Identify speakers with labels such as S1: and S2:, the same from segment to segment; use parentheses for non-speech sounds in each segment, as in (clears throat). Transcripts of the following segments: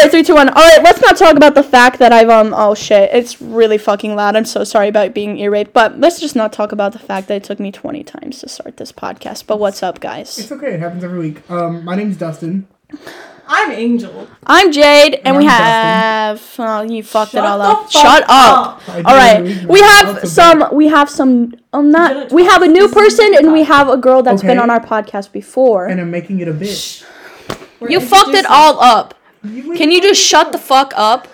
S1: right, three, two, one. All right, let's not talk about the fact that I've um. Oh shit, it's really fucking loud. I'm so sorry about being ear raped, but let's just not talk about the fact that it took me 20 times to start this podcast. But what's up, guys?
S2: It's okay. It happens every week. Um, my name's Dustin.
S3: I'm Angel.
S1: I'm Jade, and we
S2: I'm Dustin.
S1: have. Oh, you fucked it
S3: Shut
S1: all
S3: the
S1: up.
S3: fuck
S1: Shut up.
S3: up.
S2: I do
S1: All
S2: every
S1: right,
S2: week
S1: we
S2: now.
S1: have
S2: That's
S1: some. We have some. Um,
S3: did
S1: not.
S3: it
S1: We have a new
S3: twice. This is
S1: person,
S3: the
S1: and we
S3: time.
S1: have a girl that's been
S2: Okay.
S1: on our podcast before.
S2: And I'm making it a bit.
S3: We're
S1: you fucked it
S3: introducing-
S1: all up.
S2: You
S1: Can you just shut the fuck up?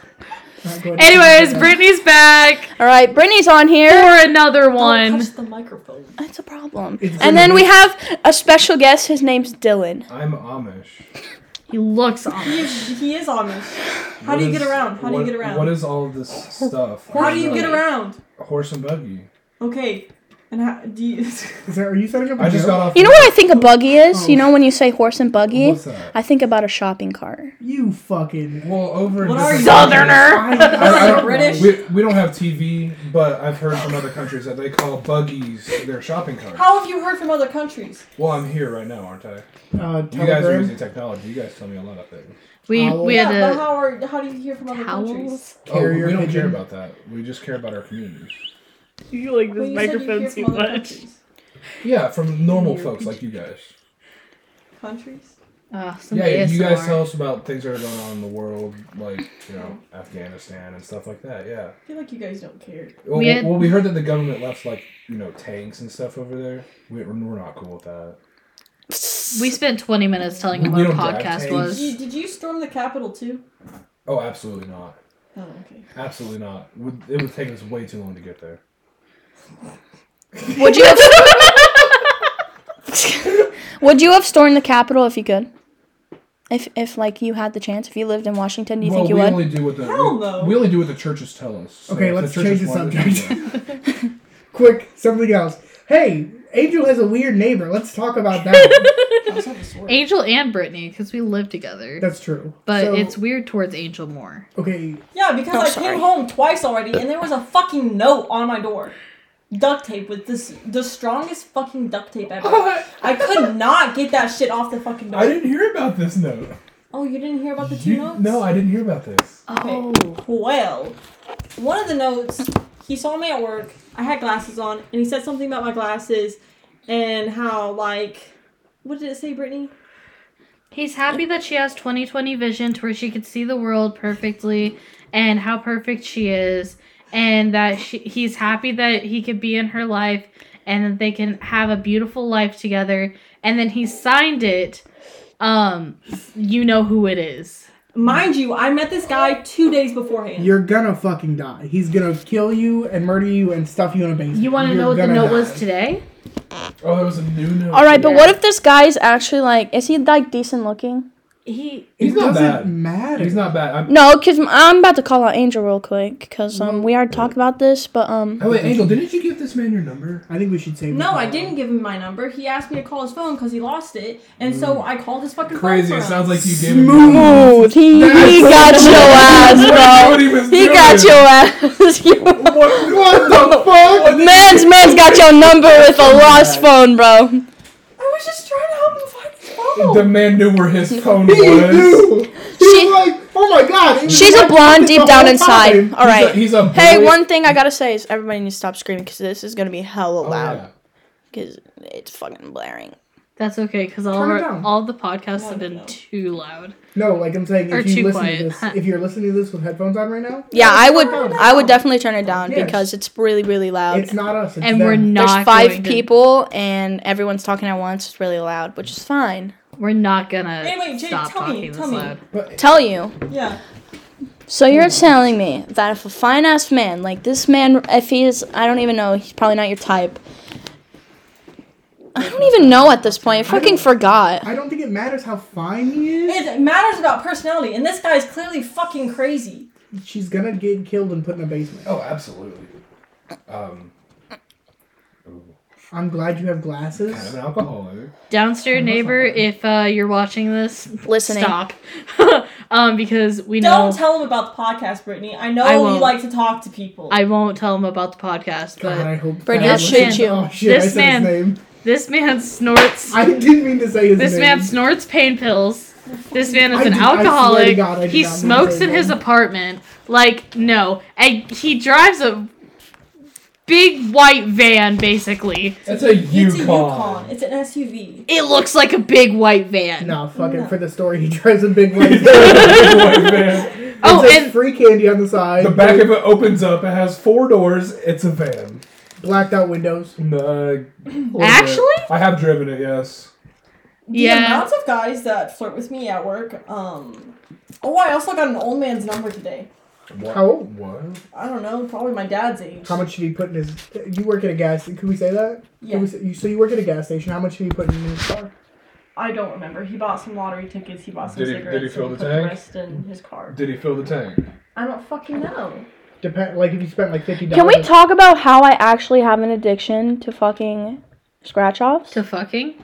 S4: Anyways, Brittany's back
S1: All right, Brittany's on here.
S4: for another
S3: Don't
S4: one.
S3: touch the microphone.
S1: That's a problem.
S2: It's
S1: and then
S2: in
S1: we
S2: the-
S1: have a special guest. His name's Dylan.
S5: I'm Amish.
S4: He looks on.
S3: He is, he is Amish. How
S5: What
S3: do you
S5: is-
S3: get around? How do you
S5: what-
S3: get around?
S5: What is all of this stuff?
S3: How do you get
S5: Horse and
S3: around?
S5: buggy. Horse and buggy.
S3: Okay. And how do you? (laughs)
S2: Is that, are you setting up? a
S5: I just
S2: joke?
S5: got off.
S1: You know what I think a buggy is? You
S2: Oh.
S1: know when you say horse and buggy?
S5: What's that?
S1: I think about a shopping
S5: (laughs)
S1: cart.
S2: You fucking.
S5: Well, over. in
S3: What
S5: different
S3: are you?
S5: countries-
S2: I,
S5: I- I don't-
S3: British?
S5: We, we don't have TV, but I've heard from other countries that they call buggies their shopping cart.
S3: How have you heard from other countries?
S5: Well, I'm here right now, aren't I?
S2: uh,
S5: You guys are
S2: telegram.
S5: using technology. You guys tell me a lot of things.
S4: We
S2: Owl.
S4: we
S3: yeah,
S4: had
S3: but
S4: a
S3: how are how do you hear from other
S4: towels?
S3: countries?
S5: Oh, we
S2: Carrier
S5: don't
S2: pigeon.
S5: care about that. We just care about our communities.
S4: You like
S3: Well, you said you hear from other countries.
S5: Yeah, from normal folks like you guys.
S3: Countries.
S4: Uh, some
S5: Yeah, you guys
S4: ASMR.
S5: tell us about things that are going on in the world, like you know Afghanistan and stuff like that. Yeah.
S3: I feel like you guys don't care.
S5: Well,
S4: We
S5: well-
S4: had-
S5: well, we heard that the government left like you know tanks and stuff over there. We, we're not cool with that.
S4: We spent 20 minutes telling him
S5: We
S4: what a
S5: don't drive
S4: podcast
S5: tanks.
S3: Did
S4: was.
S3: you, did you storm the Capitol too?
S5: Oh, absolutely not.
S3: Oh, okay.
S5: Absolutely not. Would- It would take us way too long to get there.
S1: Would you have (laughs) Would you have stormed the Capitol if you could? If if like you had the chance, if you lived in Washington, do you
S5: well,
S1: think you
S5: we
S1: would?
S5: only do what the
S3: Hell
S5: we,
S3: no.
S5: we only do what the churches tell us. So
S2: Okay,
S5: if
S2: let's
S5: churches
S2: change the
S5: want us to
S2: subject.
S5: do
S2: Quick, something else. Hey, Angel has a weird neighbor. Let's talk about
S4: (laughs)
S2: that.
S3: I just have a sword.
S4: Angel and Brittany, because we live together.
S2: That's true.
S4: but
S2: So,
S4: it's weird towards Angel more.
S2: okay.
S3: Yeah, because
S1: Oh,
S3: I
S1: sorry.
S3: came home twice already, and there was a fucking note on my door, duct tape with this the strongest fucking duct tape ever.
S5: that.
S3: I
S5: (laughs)
S3: could not get that shit off the fucking door.
S5: I didn't hear about this note.
S3: Oh, you didn't hear about the two
S5: You-
S3: notes?
S5: no, I didn't hear about this.
S3: Oh. Well, one of the notes, he saw me at work. I had glasses on, and he said something about my glasses and how like, what did it say, Brittany?
S4: He's happy that she has 2020 vision to where she can see the world perfectly and how perfect she is and that she, he's happy that he could be in her life and that they can have a beautiful life together and then he signed it um you know who it is.
S3: Mind you, I met this guy two days beforehand.
S2: You're gonna fucking die. He's gonna kill you and murder you and stuff you in a basement.
S4: You want to
S2: You're
S4: know what the
S2: gonna
S4: note
S2: die.
S4: was today?
S5: Oh, there was a new note.
S1: All right, but what
S4: Yeah.
S1: if this guy's actually like is he like decent looking?
S4: He
S2: It
S5: He's not
S2: doesn't
S5: bad.
S2: matter.
S5: He's not bad. I'm,
S1: No, cuz I'm about to call out Angel real quick cuz um we already talked about this, but um
S5: oh wait, Angel, didn't you give this man your number?
S2: I think we should save.
S3: No,
S2: this.
S3: I didn't give him my number. He asked me to call his phone because he lost it, and so I called his fucking
S5: Mm. Crazy.
S3: phone.
S5: It
S3: for him.
S5: sounds like you gave him. your number.
S1: Smooth. He, he got your
S5: (laughs)
S1: ass, bro.
S5: What he was
S1: He
S5: doing.
S1: got your ass. (laughs) You-
S5: What, what the fuck?
S1: man's man's got your number with a lost phone, bro.
S3: I was just trying to help him find his phone.
S5: The man knew where his phone
S2: He
S5: was.
S2: knew. He was
S1: She-
S2: like, oh my god. he was
S1: She's a
S2: like
S1: blonde
S2: this
S1: deep
S2: the
S1: down
S2: whole
S1: inside.
S2: time.
S1: All right.
S5: He's a, he's a
S1: Hey,
S5: bully.
S1: one thing I gotta say is everybody needs to stop screaming because this is gonna be hella
S5: Oh,
S1: loud because it's fucking blaring.
S4: that's okay cuz all
S2: Turn
S4: of
S2: it
S4: our,
S2: down.
S4: all the podcasts have been
S3: No.
S4: too loud.
S2: No, like I'm saying,
S4: Or
S2: if you
S4: too
S2: listen
S4: quiet.
S2: to this, if you're listening to this with headphones on right now,
S1: Yeah, I would,
S2: turn it
S1: I would definitely turn it down
S2: Yes.
S1: because it's really, really loud.
S2: it's not us. It's
S4: And
S2: them.
S4: we're
S1: There's
S4: not
S1: five
S4: going to-
S1: people and everyone's talking at once. It's really loud, which is fine.
S4: We're not gonna
S3: Anyway, Jade,
S4: stop
S3: tell me,
S4: talking
S3: tell
S4: this
S3: me.
S4: loud.
S2: But
S1: Tell you.
S3: Yeah.
S1: So you're telling me that if a fine ass man like this man, if he's, I don't even know, he's probably not your type. I don't even know at this point. I freaking forgot.
S2: I don't think it matters how fine he is.
S3: It matters about personality, and this guy's clearly fucking crazy.
S2: She's gonna get killed and put in a basement.
S5: Oh, absolutely. Um, ooh,
S2: I'm glad you have
S5: kind of
S2: glasses.
S5: an alcoholic.
S4: Downstairs neighbor, if uh, you're watching this,
S1: Listening.
S4: stop. (laughs) um, because we know
S3: Don't tell him about the podcast, Brittany. I know
S4: I
S3: you
S4: won't.
S3: like to talk to people.
S4: I won't tell him about the podcast,
S2: God, I
S4: but
S2: hope.
S1: Brittany,
S2: that
S4: This
S2: wasn't-
S4: man-
S2: Oh shit! I
S4: this
S2: said
S4: man-
S2: his name.
S4: this man snorts.
S2: I didn't mean to say his
S4: This
S2: name.
S4: man snorts pain pills. This man is
S2: I
S4: an
S2: did- I swear to
S4: alcoholic.
S2: God, I did
S4: he
S2: not mean to
S4: smokes
S2: say
S4: in his
S2: that.
S4: apartment. Like, no. And he drives a big white van, basically.
S5: That's a
S3: It's a Yukon.
S5: (laughs) Yukon.
S3: It's an SUV.
S4: It looks like a big white van.
S2: No, fuck
S3: No.
S2: it. For the story, (laughs) he drives a big
S1: (laughs)
S2: one.
S4: Oh,
S2: it says
S4: and
S2: free candy on the side.
S5: The back of it opens up. It has four doors. It's a van.
S2: blacked out windows.
S5: No, a little bit.
S4: Actually?
S5: I have driven it. Yes.
S4: Yeah.
S3: The amount of guys that flirt with me at work. Um. Oh, I also got an old man's number today.
S5: What?
S2: How old?
S5: What?
S3: I don't know, probably my dad's age.
S2: How much did he put in his? You work at a gas. Can we say that? Can
S3: Yeah.
S2: we say- you, so you work at a gas station. How much did he put in his car?
S3: I don't remember. He bought some lottery tickets. He bought some
S5: Did he- did he
S3: cigarettes.
S5: fill
S3: and
S5: the
S3: put
S5: tank?
S3: rest in his car.
S5: Did he fill the tank?
S3: I don't fucking know.
S2: Depend. Like if you spent like fifty
S1: Can
S2: dollars.
S1: we talk about how I actually have an addiction to fucking scratch offs?
S4: to fucking.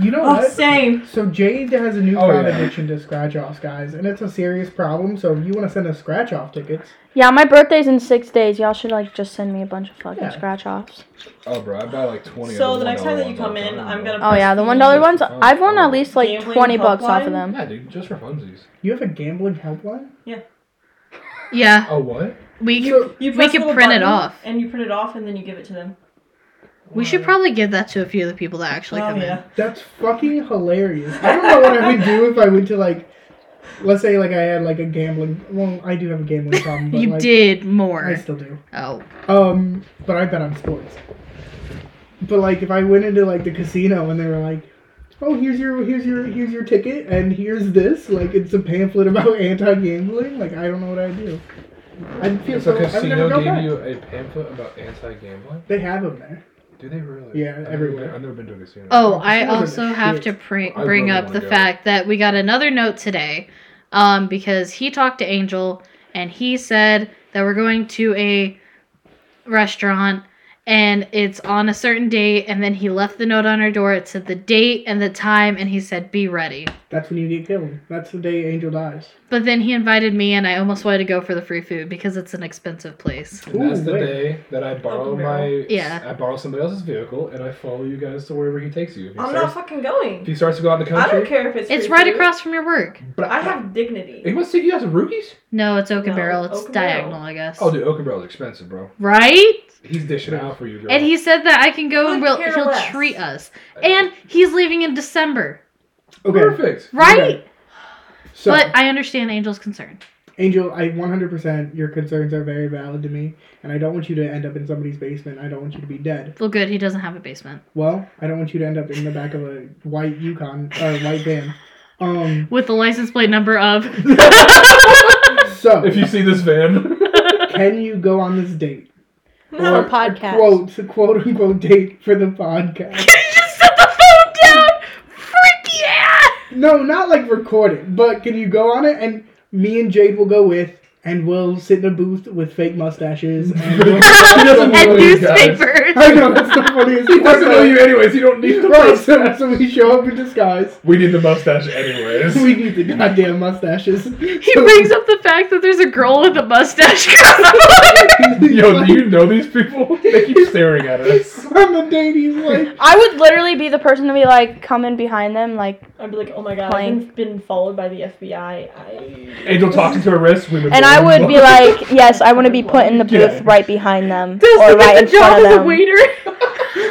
S2: You know
S3: Oh,
S2: what?
S3: same.
S2: So Jade has a
S5: Oh,
S2: newfound
S5: yeah.
S2: addiction to scratch offs, guys, and it's a serious problem. So if you want to send us scratch off tickets,
S1: Yeah, my birthday's in six days. Y'all should like just send me a bunch of fucking
S2: Yeah.
S1: scratch offs.
S5: Oh, bro, I buy like twenty.
S3: So
S5: of
S3: the next time that
S5: $1
S3: you come
S5: ones all
S3: in,
S5: the time,
S3: I'm
S5: bro.
S3: gonna-
S1: Oh yeah, the one dollar ones. I've won at least like
S3: Gambling
S1: twenty bucks off of
S3: helpline?
S1: them.
S5: Yeah, dude, just for funsies.
S2: you have a gambling helpline.
S4: Yeah.
S5: Oh, what?
S4: We
S2: You-
S4: could-
S3: You
S4: we
S3: press the
S4: could
S3: little
S4: print it
S3: button,
S4: off.
S3: And you print it off and then you give it to them.
S4: We should probably give that to a few of the people that actually
S3: oh
S4: come
S3: yeah.
S2: That's fucking hilarious. I don't know what I would do if I went to like, let's say like I had like a gambling. Well, I do have a gambling problem.
S4: in.
S2: But,
S4: You
S2: like,
S4: did
S2: I
S4: more.
S2: still do.
S4: Oh.
S2: Um, but I bet on sports. But like, if I went into like the casino and they were like, "Oh, here's your here's your here's your ticket, and here's this," like it's a pamphlet about (laughs) anti-gambling. Like I don't know what I'd do. I'd feel
S5: It's
S2: so.
S5: a
S2: I'd never
S5: casino
S2: go
S5: gave
S2: back.
S5: you a pamphlet about anti-gambling.
S2: They have them there.
S5: Do they really?
S2: Yeah,
S5: I've never-
S2: everywhere.
S5: I've never been to a casino.
S4: Oh,
S2: Casinos
S4: I
S2: are the
S4: also have
S2: shit.
S4: to pr-
S5: I
S4: bring
S5: really
S4: up the
S5: wanna go.
S4: fact that we got another note today um, because he talked to Angel and he said that we're going to a restaurant and it's on a certain date and then he left the note on our door. It said the date and the time and he said, be ready.
S2: That's when you get killed. That's the day Angel dies.
S4: But then he invited me and I almost wanted to go for the free food because it's an expensive place.
S5: And that's
S2: Ooh,
S5: the
S2: wait.
S5: day that I borrow
S3: Uncle
S5: my
S3: Barrel.
S4: Yeah.
S5: I borrow somebody else's vehicle and I follow you guys to wherever he takes you. If he,
S3: I'm not
S5: starts,
S3: fucking
S5: if
S3: going.
S5: he starts to go out in the
S3: I
S5: country,
S3: don't care if it's
S4: It's
S3: free
S4: right
S3: food.
S4: across from your work.
S5: But
S3: I have dignity.
S5: He wants to take you guys to rookies.
S4: No, it's Oak and
S3: No,
S4: Barrel. It's
S3: Oak and Barrel.
S4: diagonal, I guess.
S5: Oh, dude, Oakenbro's expensive, bro.
S4: Right?
S5: He's dishing out for you, girl.
S4: And he said that I can go
S3: Could
S4: and we'll,
S3: care
S4: he'll
S3: less.
S4: treat us. And he's leaving in December,
S2: Okay,
S5: perfect.
S4: right?
S2: so
S4: But I understand Angel's concern.
S2: Angel, I 100% your concerns are very valid to me, and I don't want you to end up in somebody's basement. I don't want you to be dead.
S4: Well, good, he doesn't have a basement
S2: Well, I don't want you to end up in the back of a white Yukon or white van. Um,
S4: with the license plate
S2: (laughs)
S4: number of.
S2: so
S5: If you see
S2: (laughs)
S5: this van,
S2: can you go on this date?
S1: For
S2: Or uh,
S1: podcast.
S2: Quote, quote unquote date for the podcast.
S4: you just set the phone down. Freak yeah!
S2: No, not like record it, but can you go on it? And me and Jade will go with, and we'll sit in a booth with fake mustaches.
S5: (laughs)
S2: And we'll- (laughs)
S4: (laughs) and
S5: Really, guys?
S4: newspapers.
S2: I know that's the funniest.
S5: he doesn't know
S2: part.
S5: you anyways. You don't need the
S2: Right, (laughs)
S5: mustache.
S2: so, so we show up in disguise.
S5: We need the mustache
S2: (laughs)
S5: anyways.
S2: We need the goddamn mustaches.
S4: (laughs) He
S2: (laughs)
S4: (laughs) brings up the fact that there's a girl with a mustache (laughs) across the border.
S5: (laughs) Yo, do you know these
S6: (laughs)
S5: people? They keep staring at us.
S2: on the date. He's like,
S1: I would literally be the person to be like coming behind them, like,
S3: I'd be like, oh my god,
S1: Plank.
S3: I've been, been followed by the FBI. I.
S2: (laughs)
S5: Angel talking to her wrist. We would
S1: and I would be
S5: (laughs)
S1: like, yes, I want to be put in the booth
S5: Yeah.
S1: right behind them
S4: Does
S1: or
S4: he
S1: right
S4: get
S1: in
S4: the job
S1: front of
S4: as a
S1: them.
S4: waiter?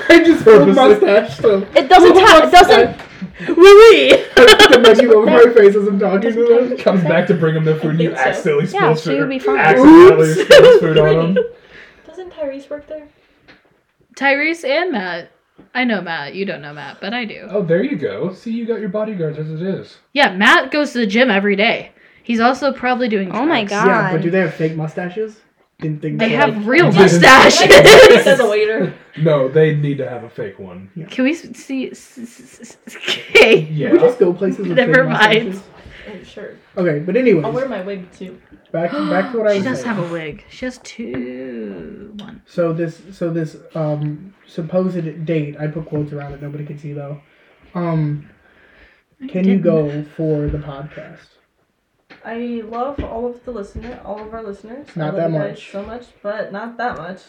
S2: I just put
S5: (laughs) Purposely.
S2: mustache. So
S1: It doesn't. Ha- it doesn't.
S4: Wee
S2: put the menu over my face as I'm talking to them.
S5: comes back to bring him the food and you
S3: I think so.
S5: accidentally
S1: Yeah,
S5: spills
S1: so you'll
S5: food.
S1: be fine.
S5: Accidentally
S4: Oops.
S5: spills food
S6: (laughs)
S5: on him.
S3: Doesn't Tyrese
S2: (laughs)
S3: work there?
S4: Tyrese and Matt. I know Matt. You don't know Matt, but I do.
S5: Oh, there you go. See, you got your bodyguards as it is.
S4: Yeah, Matt goes to the gym every day. He's also probably doing.
S1: Oh my
S4: drugs.
S1: God.
S2: Yeah, but do they have fake mustaches? Didn't think
S4: They
S2: so. (laughs)
S4: have real
S5: Like-
S3: Like,
S4: mustaches.
S3: Tyrese as a waiter.
S5: No, they need to have a fake one.
S4: Can we s- see? s- s- s- Okay.
S2: Can we
S5: Yeah.
S2: just go places with
S4: Never
S2: fake
S4: mind.
S2: mustaches?
S3: Oh, sure.
S2: Okay, but
S3: I'll wear
S2: anyways,
S3: my wig too. (gasps)
S2: back back to what I
S4: She
S2: was
S4: does
S2: saying.
S4: have a wig. She has two. One.
S2: So this so this um supposed date, I put quotes around it nobody could see though. Um can you
S4: didn't.
S2: go for the podcast?
S3: I love all of the listener, all of our listeners. I
S2: Not that
S3: love you guys
S2: much.
S3: So much, but not that much.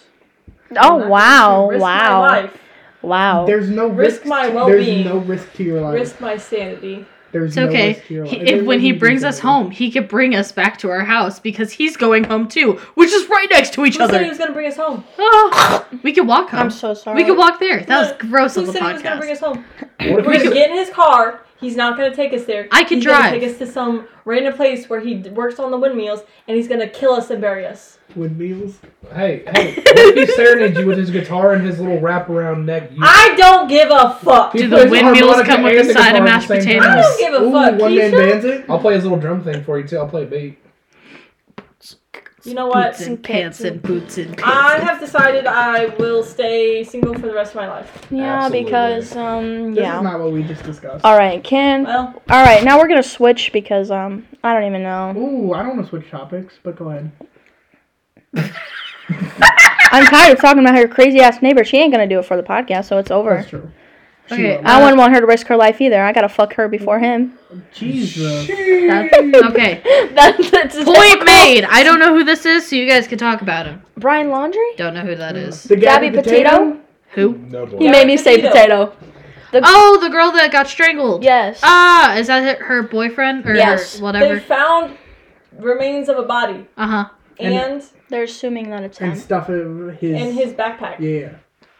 S3: I'm not
S1: Oh
S3: going
S1: wow!
S3: to risk My
S1: Wow!
S3: life,
S1: Wow!
S2: There's no risk,
S3: Oh, Risk my
S2: to-
S3: well-being.
S2: There's no risk to your life.
S3: risk my sanity.
S2: There's
S4: It's
S2: no
S4: okay.
S2: risk to your
S4: He-
S2: life.
S4: if,
S2: There
S4: when he
S2: wouldn't be
S4: brings us
S2: something.
S4: home, he could bring us back to our house because he's going home too, which is right next to each
S3: Who said he
S4: other.
S3: was gonna bring us home?
S4: Ah, we could walk home.
S1: I'm so sorry.
S4: we could walk there. That
S3: Who
S4: was gross
S3: Who
S4: of the
S3: said he was gonna bring
S4: podcast.
S3: us home?
S6: What if
S3: We're
S6: we
S4: We
S3: gonna
S4: could-
S6: could,
S3: get in his car. He's not gonna take us there.
S4: I could
S3: He's gonna
S4: drive.
S3: Take us to some random place where he d- works on the windmills, and he's gonna kill us and bury us.
S2: Wood meals.
S6: hey, hey, what if he serenades you with his guitar and his little wraparound neck? You,
S2: Mm.
S3: I don't give a fuck.
S6: He
S4: Do the
S6: plays
S4: windmills
S6: harmonica
S4: come with
S6: and
S4: a side of
S6: guitar at
S4: mashed
S6: the same
S4: potatoes?
S6: time.
S3: I don't give a
S2: Ooh,
S3: fuck.
S2: one man
S3: Keisha?
S2: bands it.
S6: I'll play his little drum thing for you too. I'll play a beat.
S3: You know what?
S4: Boots and pants and boots and pants.
S3: I
S4: and-
S3: have decided I will stay single for the rest of my
S4: (laughs)
S3: life.
S1: yeah,
S6: Absolutely.
S1: because um,
S2: This is
S1: yeah.
S2: not what we just discussed.
S1: All right, Ken.
S3: Well,
S1: All right, now we're gonna switch because um, I don't even know.
S2: Ooh, I don't want to switch topics, but go ahead.
S1: I'm tired of talking about her crazy ass neighbor. She ain't gonna do it for the podcast, so it's over.
S2: That's true.
S4: Okay,
S2: She-
S4: uh,
S1: I wouldn't want her to risk her life either. I gotta fuck her before him.
S2: Jesus.
S4: That's- okay.
S1: (laughs) that's, that's (laughs)
S4: Point made. I don't know who this is, so you guys can talk about him.
S1: Brian Laundry.
S4: Don't know who that is.
S3: Mm.
S2: The
S1: Gabby Potato?
S4: Who?
S6: No
S1: He
S6: boy.
S3: Yeah.
S1: made me say
S3: Potato.
S1: potato.
S4: Oh, the girl that got strangled.
S1: Yes.
S4: Ah, is that her- her boyfriend or her
S1: Yes.
S4: whatever?
S3: they found remains of a body
S4: Uh huh.
S2: And-
S3: and
S1: They're assuming that it's
S2: And
S1: him.
S2: stuff in his.
S3: in his backpack.
S2: Yeah.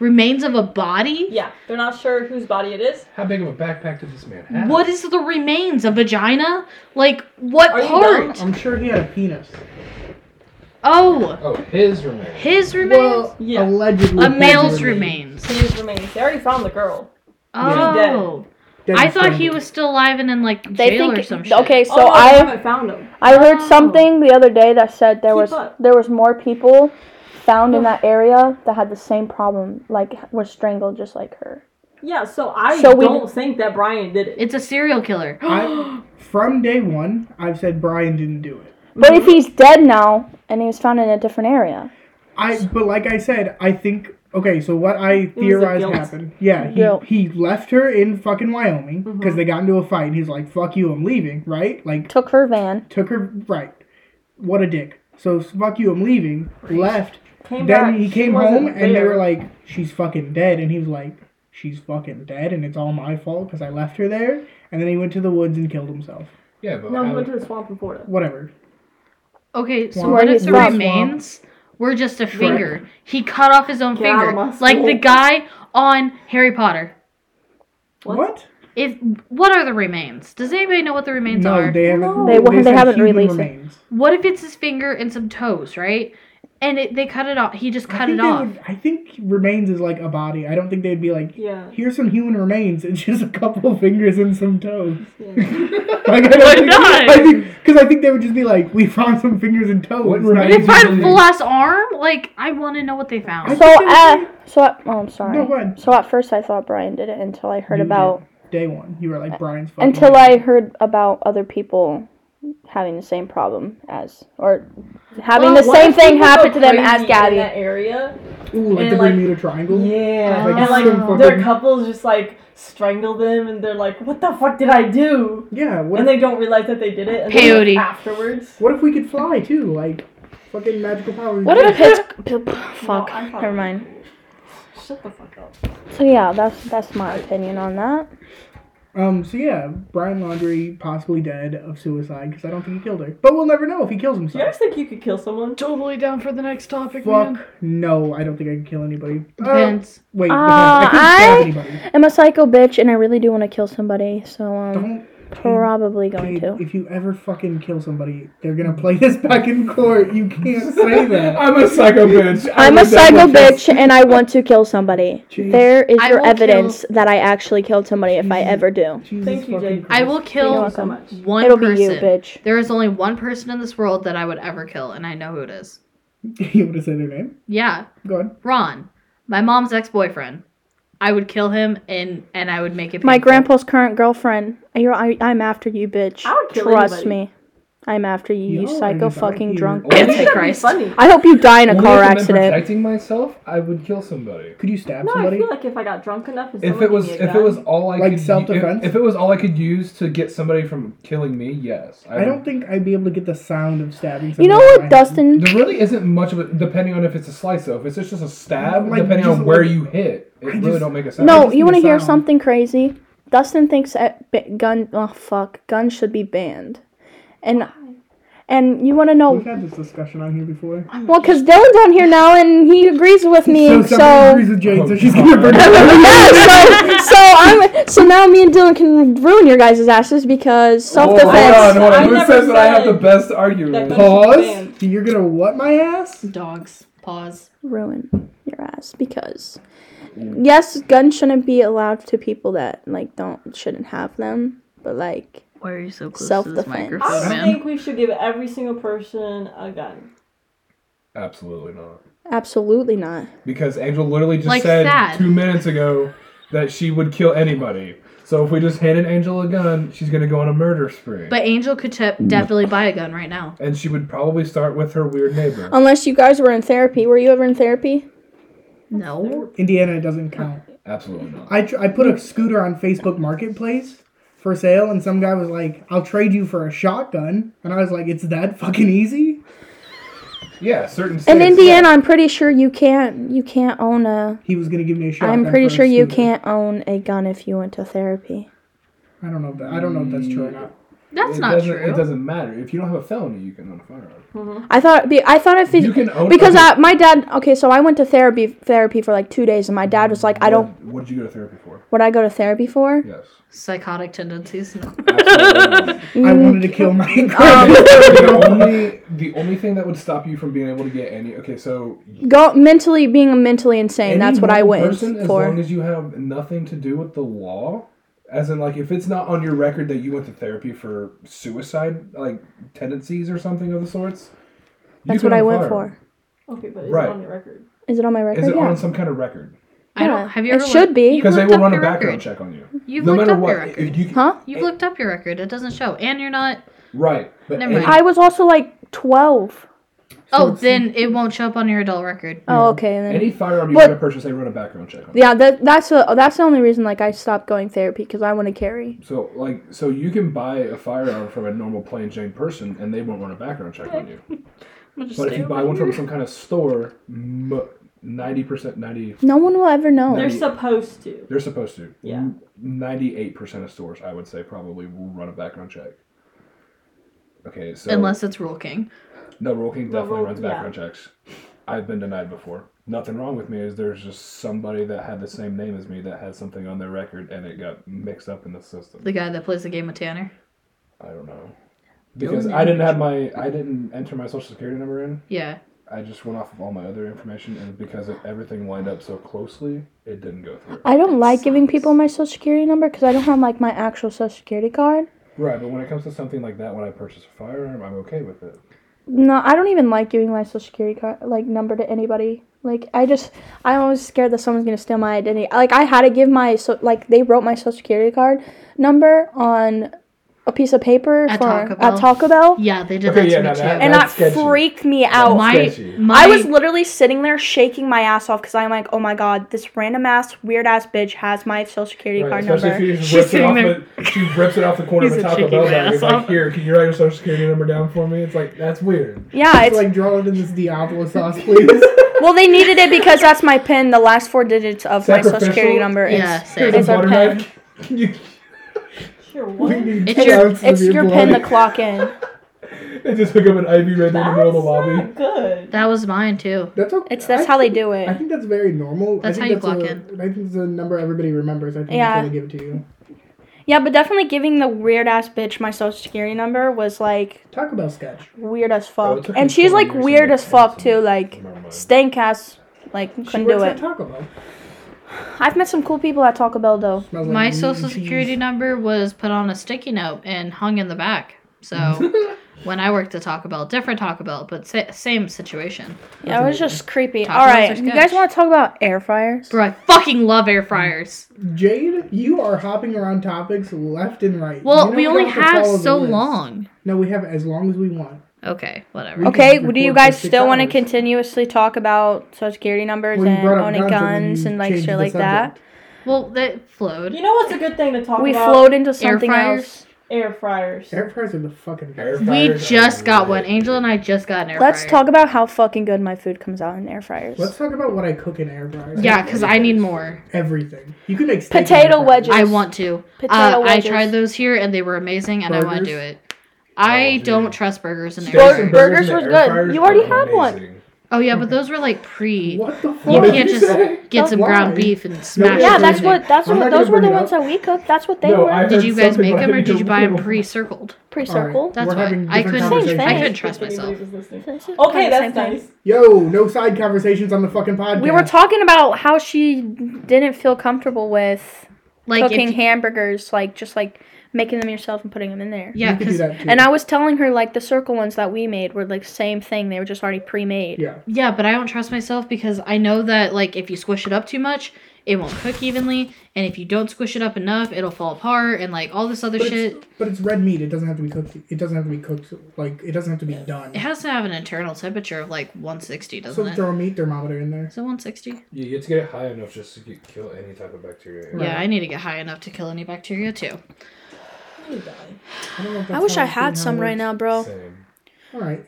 S4: Remains of a body.
S3: Yeah, they're not sure whose body it is.
S6: How big of a backpack did this man have?
S4: What is the remains? A vagina? Like what
S3: Are you
S4: part?
S2: I'm sure he had a penis.
S4: Oh,
S6: Oh, his remains.
S4: his remains.
S3: Yeah.
S2: Allegedly.
S4: a male's
S2: allegedly.
S4: remains.
S3: His remains. They already found the girl. dead.
S4: Oh,
S2: Dead
S4: I thought he
S2: strangled.
S4: was still alive and in like jail
S1: They
S4: or some
S1: think
S4: shit.
S1: okay, so
S3: oh, no, they
S1: I
S3: haven't found him.
S1: I heard
S4: Oh.
S1: something the other day that said there
S3: Keep
S1: was
S3: up.
S1: there was more people found in that area that had the same problem, like were strangled just like her.
S3: Yeah, so I
S1: So we-
S3: don't think that Brian
S1: (gasps)
S3: did it. (gasps)
S4: It's a serial killer. (gasps)
S2: I, from day one, I've said Brian didn't do it.
S1: But if he's dead now and he was found in a different area,
S2: I, but like I said, I think okay. So what I
S3: a
S2: theorized
S3: guilt.
S2: happened? Yeah,
S1: Guilt.
S2: he, he left her in fucking Wyoming
S4: Mm-hmm.
S2: because they got into a fight. and He's like, "Fuck you, I'm leaving." Right? Like
S1: took her van.
S2: took her right. What a dick. So fuck you, I'm leaving. Left.
S3: Came
S2: then
S3: back,
S2: he
S3: she
S2: came
S3: wasn't
S2: home and they
S3: there.
S2: were like, "She's fucking dead," and he was like, "She's fucking dead, and it's all my fault because I left her there." And then he went to the woods and killed himself.
S6: Yeah, but
S3: No,
S6: how-
S2: "Oh,
S3: he went to the swamp in Florida.
S2: Whatever.
S4: Okay, so
S2: Swamp.
S4: what if the
S1: Swamp.
S4: remains were just a finger? He cut off his own
S3: Get out of
S4: finger,
S3: my
S4: like the
S3: swamp.
S4: guy on Harry Potter.
S3: What?
S4: If what are the remains? Does anybody know what the remains
S2: No,
S4: are?
S2: they haven't.
S3: No.
S1: They- they
S2: said
S1: haven't
S2: human
S1: released it.
S2: remains.
S4: What if it's his finger and some toes, right? And it, they cut it off. He just
S2: I
S4: cut
S2: think
S4: it
S2: they
S4: off.
S2: Would, I think remains is like a body. I don't think they'd be like,
S3: Yeah.
S2: here's some human remains. It's (laughs) just a couple fingers and some toes. (laughs)
S3: yeah.
S2: Like, I don't
S4: Why
S2: think,
S4: not?
S2: I think because I think they would just be like, we found some fingers and toes.
S6: What
S2: It's
S6: remains
S4: They
S2: not-
S4: find a full ass arm. Like I want to know what
S2: I
S4: they found.
S1: So
S2: think they
S1: at so at, oh I'm sorry.
S2: No, go ahead.
S1: So at first I thought Brian did it until I heard
S2: You
S1: about
S2: did. day one. You were like Brian's. Fucking
S1: until I heard about other people having the same problem as or having
S3: Well,
S1: (laughs) the
S3: what
S1: same
S3: if
S1: thing
S3: people go
S1: happen to them
S3: crazy
S1: as Gabby.
S3: in that area.
S2: Ooh, like
S3: and
S2: the
S3: like-
S2: Bermuda Triangle.
S3: Yeah,
S4: Like,
S3: and
S2: some
S3: like
S2: fucking-
S3: their couples just like strangle them, and they're like, "What the fuck did I do?"
S2: Yeah. What?
S3: And
S2: If,
S3: they don't realize that they did it. And then,
S4: Peyote.
S3: like, afterwards.
S2: what if we could fly too? Like, fucking magical powers.
S1: What
S3: (laughs)
S1: if it's (laughs) p- p-
S3: No,
S1: fuck?
S3: I'm fine.
S1: Never mind.
S3: Shut the fuck up.
S1: So yeah, that's that's my opinion on that.
S2: Um. So yeah, Brian Laundry possibly dead of suicide because I don't think he killed her. But we'll never know if he kills
S3: Do you
S2: himself.
S3: guys think you could kill someone?
S4: Totally down for the next topic,
S2: Fuck no! I don't think I can kill anybody. Uh,
S4: Depends.
S2: wait, depends.
S1: Uh,
S2: I couldn't stab anybody.
S1: I'm a psycho bitch, and I really do want to kill somebody. So um,
S2: Don't.
S1: probably going
S2: Babe,
S1: to.
S2: If you ever fucking kill somebody, they're gonna play this back in court. You can't (laughs) say that.
S6: (laughs) I'm a psycho bitch. I
S1: I'm a
S6: would never-
S1: psycho bitch, and I want to kill somebody.
S2: Jeez.
S1: There is
S4: I
S1: your
S4: will
S1: evidence that I actually killed somebody. If I
S2: Jesus.
S1: ever do,
S2: Jesus
S3: Thank you,
S2: fucking
S3: Jake.
S4: I
S2: Christ.
S4: will
S1: You're
S4: kill
S1: welcome.
S4: one
S1: it'll
S4: person.
S1: be you, bitch.
S4: There is only one person in this world that I would ever kill, and I know who it is.
S2: (laughs) you want to say their name?
S4: Yeah,
S2: Go on.
S4: Ron, my mom's ex boyfriend. I would kill him, and and I would make it.
S1: My
S4: painful.
S1: grandpa's current girlfriend. You're, I, I'm after you, bitch.
S3: I would kill
S1: Trust
S3: anybody.
S1: me, I'm after you, you
S2: Y'all are
S1: psycho
S2: just out
S1: fucking
S2: here.
S1: drunk
S6: Only
S4: Antichrist.
S6: if
S3: That'd be funny.
S1: I hope you die in a
S6: I'm
S1: car accident.
S6: Protecting myself, I would kill somebody.
S2: Could you stab
S3: No, I
S2: somebody?
S3: feel like if I got drunk enough, and
S6: If
S3: someone
S6: it was,
S3: gave me a
S6: if it
S3: gun-
S6: was all I
S2: Like
S6: could, if-
S2: self-defense?
S6: If, it was all I could use to get somebody from killing me, yes.
S2: I don't
S6: would-
S2: think I'd be able to get the sound of stabbing.
S1: You know
S2: somebody
S1: what,
S2: in my head.
S1: Dustin?
S6: There really isn't much of it, depending on if it's a slice though. If it's just a stab,
S2: Like,
S6: depending
S2: just
S6: on where
S2: like-
S6: you hit, it
S2: I
S6: really
S2: just-
S6: don't make a sound.
S2: I
S1: No,
S2: just
S1: you
S2: need
S1: want to
S2: the
S1: hear
S2: sound.
S1: something crazy? Dustin thinks that ba- gun. Oh fuck, guns should be banned, and and you want to know
S2: We've had this discussion on here before.
S1: well because Dylan's on here now and he agrees with me, so.
S2: someone agrees with Jade, so she's gonna burn it.
S1: yeah, (laughs) so, so I'm so now me and Dylan can ruin your guys' asses because
S5: Oh,
S1: self
S3: hold
S1: defense.
S3: on, hold on. I Who
S5: Who
S3: never
S5: says that I have
S3: said
S5: the best argument?
S3: that-
S2: Pause. You're gonna what my ass?
S4: Dogs. Pause.
S1: ruin your ass because yes, guns shouldn't be allowed to people that like don't shouldn't have them, but like
S7: Why are you so close to this
S1: Self-defense.
S7: microphone,
S3: I
S7: man?
S3: think we should give every single person a gun.
S5: Absolutely not.
S1: absolutely not.
S5: Because Angel literally just
S4: Like
S5: said
S4: sad.
S5: two minutes ago that she would kill anybody. So if we just handed Angel a gun, she's gonna go on a murder spree.
S4: But Angel could te- definitely buy a gun right now.
S5: and she would probably start with her weird neighbor.
S1: Unless you guys were in therapy. Were you ever in therapy?
S4: No.
S2: Indiana doesn't count.
S5: Absolutely not.
S2: I, tr- I put a scooter on Facebook Marketplace for sale, and some guy was like, "I'll trade you for a shotgun," and I was like, "It's that fucking easy."
S5: Yeah, certain states.
S1: In Indiana, I'm pretty sure you can't you can't own a
S2: He was gonna give me a shotgun.
S1: I'm pretty
S2: for a
S1: sure you
S2: scooter.
S1: can't own a gun if you went to therapy.
S2: I don't know. If that, I don't know if that's true or not.
S4: That's
S5: it
S4: not
S5: doesn't,
S4: true.
S5: It doesn't matter. If you don't have a felony, you can own a firearm.
S1: I thought it'd be, I thought if it,
S5: You can own
S1: because
S5: other-
S1: I, my dad okay so I went to therapy therapy for like two days and my dad was like I don't
S5: What, what did you go to therapy for?
S1: what I go to therapy for
S5: Yes.
S4: Psychotic tendencies.
S5: (laughs)
S4: No.
S5: Absolutely (laughs)
S1: Mm.
S5: not.
S2: I wanted to
S1: (laughs)
S2: kill my
S1: Oh,
S2: (laughs)
S1: Um,
S5: the only the only thing that would stop you from being able to get any okay, so
S1: go mentally being mentally insane
S5: Any
S1: that's what I
S5: one
S1: went
S5: person,
S1: for
S5: As long as you have nothing to do with the law, as in like if it's not on your record that you went to therapy for suicide like tendencies or something of the sorts. you
S1: that's
S5: can
S1: what I
S5: own a
S1: went
S5: firearm.
S3: Okay, but it's
S5: Right.
S3: on your record.
S1: is it on my record
S5: Is it
S1: yeah
S5: on some kind of record?
S4: I
S1: Yeah,
S4: don't. Have you
S1: it
S4: ever?
S1: should
S4: looked-
S1: be.
S4: you've
S5: Because they
S4: looked
S5: will
S4: up
S5: run a
S4: your
S5: background
S4: record.
S5: check on you.
S4: You've
S5: no
S4: looked
S5: matter
S4: up
S5: what,
S4: your
S5: if
S4: record.
S5: you can-
S1: huh
S4: You've looked up your record. It doesn't show, and you're not.
S5: right? But
S4: Never
S5: any-
S4: mind.
S1: I was also like twelve.
S4: Oh, then it won't show up on your adult record.
S1: Oh okay and then
S5: Any firearm you
S1: But-
S5: want to purchase, they run a background check on.
S1: yeah that that's a, that's the only reason like I stopped going therapy because I want to carry
S5: So like, so you can buy a firearm from a normal plain Jane person, and they won't run a background check on you. But if you buy one from some kind of store, ninety percent, ninety,
S1: no one will ever know
S3: They're
S5: you-
S3: supposed to.
S5: they're supposed to.
S3: Yeah.
S5: Ninety-eight percent of stores, I would say, probably will run a background check. Okay, so
S4: Unless it's Rule King.
S5: no, Roll King definitely
S3: Roll-
S5: runs
S3: yeah.
S5: background checks. I've been denied before. Nothing wrong with me is there's just somebody that had the same name as me that had something on their record and it got mixed up in the system.
S4: The guy that plays the game with Tanner.
S5: I don't know. Because I didn't have my I didn't enter my social security number in.
S4: Yeah.
S5: I just went off of all my other information and because of everything lined up so closely, it didn't go through.
S1: I don't like giving people my social security number because I don't have like my actual social security card.
S5: Right, but when it comes to something like that when I purchase a firearm, I'm okay with it.
S1: No, I don't even like giving my social security card like number to anybody. Like I just I'm always scared that someone's gonna steal my identity. Like I had to give my so like they wrote my social security card number on a piece of paper
S4: At
S1: for
S4: Taco Bell.
S1: at Taco Bell,
S4: Yeah, they did
S5: Okay,
S4: that
S5: yeah, now
S4: to
S5: that-
S4: me
S1: and
S4: too.
S1: that
S5: That's sketchy.
S1: freaked me out.
S5: That's
S4: my,
S5: sketchy.
S4: my
S1: I was literally sitting there shaking my ass off because I'm like, oh my god, this random ass weird ass bitch has my social security card
S5: Right, especially
S1: number.
S5: if she
S4: She's
S5: just rips it
S4: sitting
S5: off
S4: there-
S5: the she rips it off the corner of a
S4: He's
S5: Taco
S4: shaking
S5: Bell
S4: my
S5: bag. It's
S4: ass
S5: like,
S4: off.
S5: here, can you write your social security number down for me? It's like that's weird.
S1: Yeah,
S2: It's
S1: it's
S2: like draw it in this Diablo sauce, please. (laughs)
S1: well they needed it because that's my pin, the last four digits of my social security
S5: Sacrificial?
S1: number is
S4: Yeah,
S5: Here's
S4: same.
S1: It's
S5: a
S1: our
S5: butter
S1: pen.
S5: knife. Can (laughs) you
S3: Sure, what?
S1: It's your, it's your pin to
S2: The
S1: clock in.
S5: they just pick up an IV right there in the middle of the
S3: That's
S5: lobby.
S3: not good.
S4: That was mine too.
S2: that's okay.
S1: It's that's how they do
S2: I
S1: it.
S2: think that's very normal.
S4: That's
S2: I
S4: how
S2: think
S4: you clock
S2: a- I think it's a number everybody remembers. I think
S1: Yeah.
S2: that's how they give it to you.
S1: Yeah, but definitely giving the weird ass bitch my social security number was like
S2: Taco Bell sketch.
S1: weird as
S5: Oh, it
S1: fuck.
S5: took me
S1: and she's
S5: 20
S1: like
S5: years to
S1: weird
S5: get
S1: as fuck
S5: past
S1: too,
S5: it.
S1: like
S5: Never mind.
S1: stank ass. Like couldn't do
S2: works at
S1: it.
S2: Taco Bell.
S1: I've met some cool people at Taco Bell though.
S2: Smells like
S4: My
S2: meat
S4: social
S2: and cheese.
S4: security number was put on a sticky note and hung in the back. So
S5: (laughs)
S4: when I worked at Taco Bell, different Taco Bell, but sa- same situation.
S1: Yeah, it was just creepy.
S4: Tacos
S1: All right,
S4: are
S1: you guys
S4: sketch.
S1: want to talk about air fryers?
S4: Bro, I fucking love air fryers.
S2: Jade, you are hopping around topics left and right.
S4: Well,
S2: You know
S4: we
S2: don't
S4: only
S2: to
S4: have
S2: follow the
S4: so
S2: list.
S4: long.
S2: No, we have as long as we want.
S4: Okay, whatever.
S2: We
S1: Okay,
S2: can
S1: do you
S2: record
S1: guys
S2: for six
S1: still want to
S2: hours.
S1: continuously talk about social security numbers
S2: Well, you
S1: and
S2: brought up
S1: owning
S2: and then
S1: guns
S2: you
S1: and like
S2: changed
S1: shit
S2: the
S1: like that?
S2: subject.
S4: Well, that flowed.
S3: You know what's a good thing to talk
S1: We
S3: about?
S1: flowed into
S4: Air
S1: something
S4: fryers.
S1: else.
S3: air fryers.
S2: Air fryers are the fucking best.
S6: Air
S4: We
S6: fryers are
S4: just got one.
S6: great.
S4: Angel and I just got an air
S1: Let's
S4: fryer.
S1: talk about how fucking good my food comes out in air fryers.
S2: Let's talk about what I cook in air fryers.
S4: Yeah, because I need more.
S2: everything. You can make steak in
S1: Potato
S2: air fryer.
S1: wedges.
S4: I want to.
S1: Potato
S4: Uh, I
S1: wedges.
S4: tried those here and they were amazing, and I want to
S6: Burgers?
S4: do it. I
S6: Oh,
S4: don't
S6: dude.
S4: trust burgers and air
S6: Steaks
S1: Bur-
S6: and
S4: fryers.
S1: burgers
S6: in the
S1: was
S6: air
S1: good.
S6: fryers
S1: You already
S6: are
S1: had one.
S6: amazing.
S4: Oh yeah, but those were like pre.
S2: What the fuck?
S4: You
S2: did
S4: can't
S2: you
S4: just
S2: say?
S4: get some
S2: Why?
S4: ground beef and
S2: Yeah,
S4: smash.
S1: Yeah,
S4: those
S1: that's
S4: in.
S1: what. That's
S2: I'm
S1: what.
S2: not gonna
S1: Those were the
S2: bring it
S1: ones
S2: up.
S1: that we cooked. That's what they
S6: No, I
S1: were.
S6: heard
S4: Did you guys
S6: something,
S4: make
S6: but I
S4: them or did
S6: didn't
S4: you buy them
S6: know.
S4: pre-circled?
S2: All right.
S1: Pre-circle.
S4: That's
S2: We're
S4: why
S2: having
S4: I
S2: different
S4: couldn't.
S1: conversations.
S4: I
S1: Same
S4: couldn't
S1: thing.
S4: trust myself.
S3: Okay, that's nice.
S2: Yo, no side conversations on the fucking podcast.
S1: We were talking about how she didn't feel comfortable with
S4: Like
S1: cooking
S4: if,
S1: hamburgers, like just like making them yourself and putting them in there.
S4: yeah,
S2: You could do
S4: because
S2: that too.
S1: And I was telling her like the circle ones that we made were like same thing. They were just already pre-made.
S2: yeah,
S4: Yeah, but I don't trust myself because I know that like if you squish it up too much, it won't cook evenly, and if you don't squish it up enough, it'll fall apart and like all this other
S2: but
S4: shit.
S2: it's, but it's red meat. It doesn't have to be cooked. It doesn't have to be cooked. Like it doesn't have to be done.
S4: It has to have an internal temperature of like 160, doesn't
S2: So
S4: it?
S2: throw a meat thermometer in there.
S4: Is it 160?
S6: You get to get it high enough just to get, kill any type of bacteria.
S4: Yeah, I need to get high enough to kill any bacteria too.
S2: I, don't know if
S1: I
S2: that's
S1: wish
S2: how
S1: I
S2: it- how
S1: had
S2: it
S1: some right
S2: works.
S1: now, bro.
S6: Same.
S2: All right.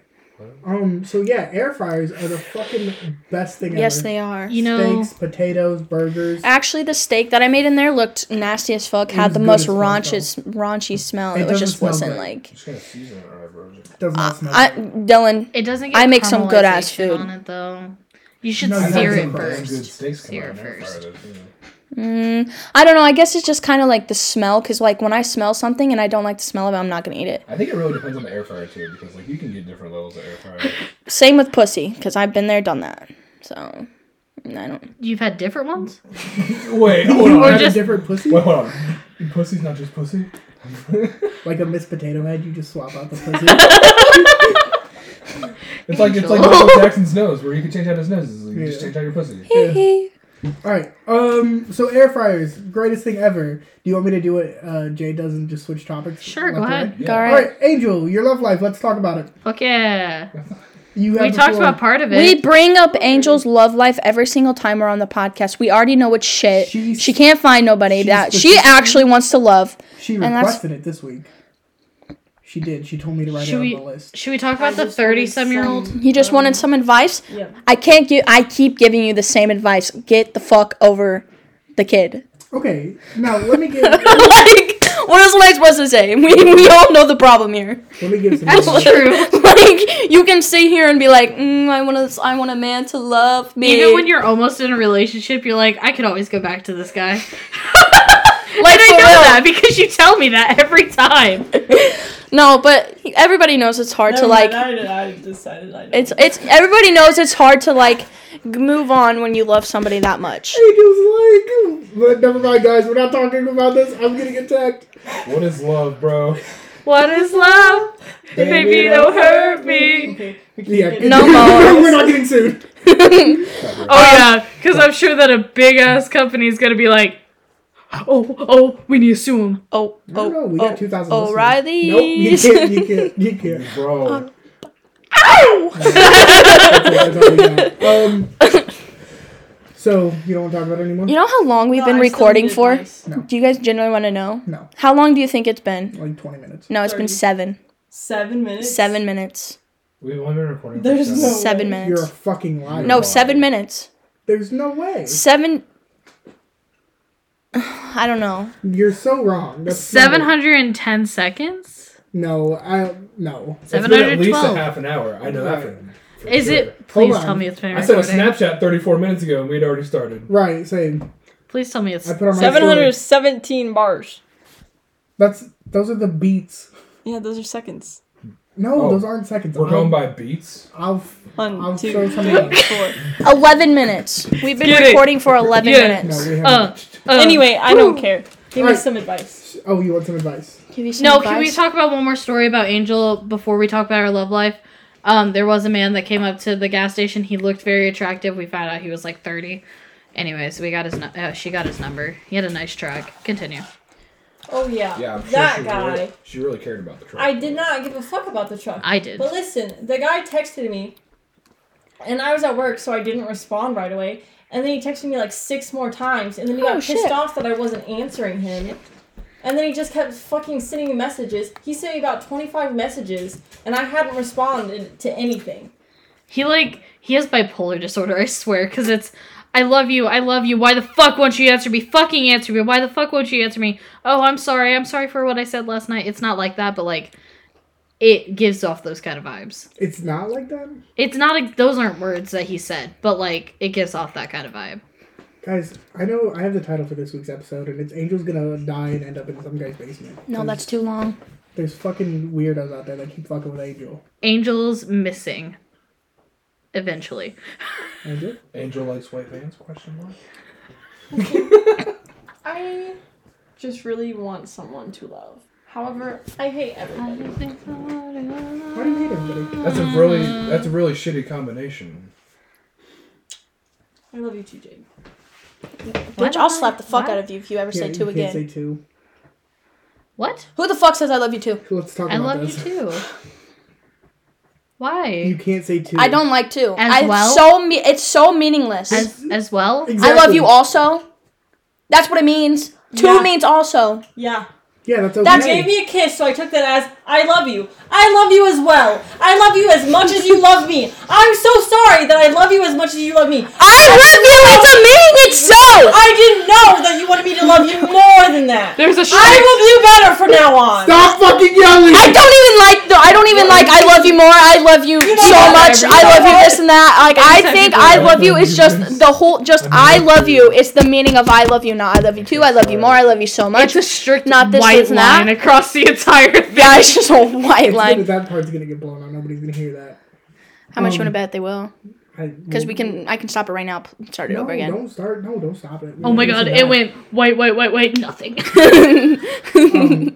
S2: Um. So yeah, air fryers are the fucking best thing
S1: Yes,
S2: ever.
S1: they are.
S4: You know,
S2: Steaks, potatoes, burgers.
S1: Actually, the steak that I made in there looked nasty as fuck.
S2: It
S1: Had
S2: was
S1: the
S2: good
S1: most
S2: as fuck, though.
S1: raunchous, raunchy smell. It,
S2: It
S1: was
S2: doesn't
S1: just
S2: smell
S1: wasn't
S2: good.
S1: like.
S6: Just gonna season it right, bro. Just-
S2: Does not smell.
S1: I,
S2: good.
S1: Dylan,
S4: it doesn't get
S1: I make some good-ass
S4: caramelization
S1: food.
S4: on it though. You should
S2: No, you
S4: Oh,
S2: have
S4: sear it
S2: some
S6: Some good
S4: first.
S6: steaks come
S4: Sear
S6: out
S4: it
S6: in air
S4: first.
S6: fryer, though, you know.
S1: mm, I don't know. I guess it's just kind of like the smell, because like when I smell something and I don't like the smell of it, I'm not gonna eat it.
S6: I think it really depends on the air fryer too, because like you can get different levels of air
S4: (laughs)
S6: fryer.
S1: Same with pussy, because I've been there, done that. So I don't.
S4: You've had different ones?
S2: Mm-hmm.
S6: Wait, hold
S2: You
S6: on.
S2: want a
S4: just-
S2: different pussy?
S6: Wait, hold on. Pussy's not just pussy. (laughs)
S2: Like a Miss Potato Head, you just swap out the
S4: (laughs)
S2: pussy.
S6: It's like it's like
S4: Angel.
S6: Michael Jackson's nose, where you can change out his nose. It's like, You just
S2: Yeah.
S6: change out your pussy.
S2: All right. Um. So air fryers, greatest thing ever. Do you want me to do what uh, Jay does and just switch topics?
S4: Sure,
S2: left
S4: go
S2: and
S4: ahead.
S2: right?
S6: Yeah.
S1: All
S2: All right, Angel, your love life. Let's talk about it.
S4: Fuck yeah.
S2: You have
S4: We
S2: the
S4: talked
S2: floor.
S4: about part of it.
S1: We bring up Angel's love life every single time we're on the podcast. We already know what shit.
S2: She's-
S1: she can't find nobody
S2: she's
S1: that
S2: the-
S1: she actually wants to love.
S2: She
S1: and that's-
S2: requested it this week. She did. She told me to write it
S4: Should
S2: on
S4: we-
S2: the list.
S4: Should we talk about the
S3: just wanted
S4: 30 some year old?
S3: some-
S1: He just wanted some advice.
S3: Yeah.
S1: I can't give. I keep giving you the same advice. Get the fuck over the kid. (laughs)
S2: Okay. Now let me give let
S1: like, what else am I supposed to say? We, we all know the problem here. (laughs)
S2: me give some.
S4: That's true.
S1: like, you can sit here and be like, mm, I want to, I want a man to love me.
S4: Even when you're almost in a relationship, you're like, I could always go back to this guy.
S1: like,
S4: and I
S1: for
S4: know
S1: real.
S4: that because you tell me that every time.
S1: No, but he- everybody knows it's hard to
S3: Never
S1: like.
S3: mind, I, I decided I
S1: It's it's everybody knows it's hard to like g- move on when you love somebody that much.
S2: Angel's like, but never mind, guys. We're not talking about this. I'm getting attacked.
S6: What is love,
S4: (laughs)
S6: bro?
S4: What is love?
S2: Baby,
S4: Baby, don't hurt me.
S3: Okay.
S2: Yeah. (laughs)
S1: No
S2: We're
S1: more.
S2: not getting sued.
S4: Oh, yeah, because I'm sure that a big ass company is going to be like, oh, oh, we need to sue him.
S1: Oh
S2: No, no,
S1: oh
S2: we got
S1: oh.
S2: 2,000 listeners.
S1: O'Reilly.
S2: Nope. You
S1: (laughs)
S2: can't. You can't. You can't.
S4: Um,
S6: Bro,
S2: That's all
S1: (laughs)
S2: we got. Um. So you don't want to talk about it anymore?
S1: You know how long we've
S3: No,
S1: been
S3: I still
S1: recording
S3: need
S1: for?
S3: advice.
S2: No.
S1: Do you guys generally want to know?
S2: No.
S1: How long do you think it's been?
S2: Like 20 minutes.
S1: No, it's been
S3: Thirty.
S1: seven.
S3: Seven minutes.
S1: Seven minutes.
S6: we've only been recording. for
S3: There's
S6: seven.
S3: no-
S1: Seven
S3: way.
S2: You're a
S1: minutes.
S2: fucking liar.
S1: No,
S6: Wow.
S1: seven minutes.
S2: There's no way.
S1: Seven. (sighs) I don't know.
S2: You're so wrong. That's not-
S4: 710 seconds?
S2: No, I no.
S6: It's been at least
S4: 712.
S6: a half an hour. I know that. For, for
S4: Is
S6: sure.
S4: it? Please
S2: on.
S4: tell me it's been
S6: I sent a
S4: recording.
S6: Snapchat 34 minutes ago, and we had already started.
S2: Right, same.
S4: Please tell me it's.
S2: I put on my
S3: Seven
S2: story.
S3: hundred seventeen bars.
S2: That's those are the beats.
S3: Yeah, those are seconds.
S2: No,
S6: Oh.
S2: those aren't seconds.
S6: We're
S2: I'll,
S6: going by beats.
S2: I'll f-
S3: One,
S2: I'll
S3: two,
S2: show
S3: three,
S2: somebody.
S3: four.
S1: Eleven minutes. We've been
S4: Get it.
S1: recording for eleven
S4: Get
S2: No,
S4: it.
S1: minutes.
S2: we haven't.
S4: Uh, uh,
S3: Anyway, I don't care. Give me
S2: Alright.
S3: some advice.
S2: oh, you want some advice?
S1: Give you some
S4: No, can we
S1: advice?
S4: talk about one more story about Angel before we talk about our love life? Um, there was a man that came up to the gas station. He looked very attractive. We found out he was like thirty. Anyways, we got his. Nu- uh, she got his number. He had a nice truck. Continue.
S3: Oh yeah,
S6: Yeah, I'm sure
S3: that
S6: she
S3: guy.
S6: Really, she really cared about the truck.
S3: I did not give a fuck about the truck.
S4: I did.
S3: But listen, the guy texted me, and I was at work, so I didn't respond right away. And then he texted me like six more times, and then he
S1: Oh,
S3: got
S1: shit.
S3: pissed off that I wasn't answering him. And then he just kept fucking sending me messages. He sent me about 25 messages, and I hadn't responded to anything.
S4: He like he has bipolar disorder, I swear, because it's I love you, I love you. Why the fuck won't you answer me? Fucking answer me. Why the fuck won't you answer me? Oh, I'm sorry. I'm sorry for what I said last night. It's not like that, but like it gives off those kind of vibes.
S2: It's not like that,
S4: It's not like those aren't words that he said, but like it gives off that kind of vibe.
S2: guys. I know I have the title for this week's episode, and it's Angel's gonna die and end up in some guy's basement.
S1: No,
S2: 'Cause
S1: that's too long.
S2: there's fucking weirdos out there that keep fucking with Angel.
S4: Angel's missing eventually.
S2: Angel,
S6: Angel likes white vans? Question mark.
S3: I just really want someone to love. However, I hate everybody.
S2: why do you hate everybody?
S6: That's a really that's a really shitty combination.
S3: I love you too, Jade.
S4: Why
S1: Bitch, I'll
S4: not?
S1: slap the fuck
S4: Why?
S1: out of you if you ever
S2: Yeah,
S1: say
S2: you
S1: two
S2: can't
S1: again.
S2: Say two.
S4: What?
S1: Who the fuck says I love you too?
S2: So let's talk
S4: I
S2: about
S4: love you
S2: this. (laughs)
S4: too. Why?
S2: You can't say two.
S1: I don't like two.
S4: As
S1: I,
S4: well?
S1: So me- it's so meaningless.
S4: as as well?
S1: I love you also. That's what it means. Two
S3: Yeah.
S1: means also.
S3: Yeah.
S2: Yeah, that's okay.
S3: That gave me a kiss, so I took that as I love you. I love you as well. I love you as much as you love me. I'm so sorry that I love you as much as you love
S1: I
S3: me.
S1: love you. It's a meaning. It's so.
S3: I didn't know that you wanted me to love you more than that.
S4: There's a
S3: I
S4: (laughs)
S3: will do better from now on.
S2: Stop fucking yelling!
S1: I don't even like the. I don't even like. I love you more. I love you
S3: You know
S1: so
S3: what?
S1: much. I love you this and that. Like I
S4: Every
S1: think
S4: time
S1: I
S4: you do
S1: love you is just the whole. Just I love you. It's the meaning of I love you. Not I love you too. I love you more. I love you so much.
S4: It's a strict
S1: Not this,
S4: white
S1: it's not.
S4: line across the (laughs) entire thing.
S1: Yeah, it's just a white
S2: It's gonna-
S1: line.
S2: that part's gonna get blown out. Nobody's gonna hear that.
S1: How much
S2: um,
S1: you want to bet they will?
S2: I-
S1: Because we can. I can stop it right now. p- Start it
S2: No,
S1: over (laughs) again.
S2: don't start. No, don't stop it. We
S4: Oh my
S2: don't
S4: god,
S2: need
S4: it
S2: to
S4: went white, white, white,
S2: (laughs)
S4: white, nothing.
S2: Um,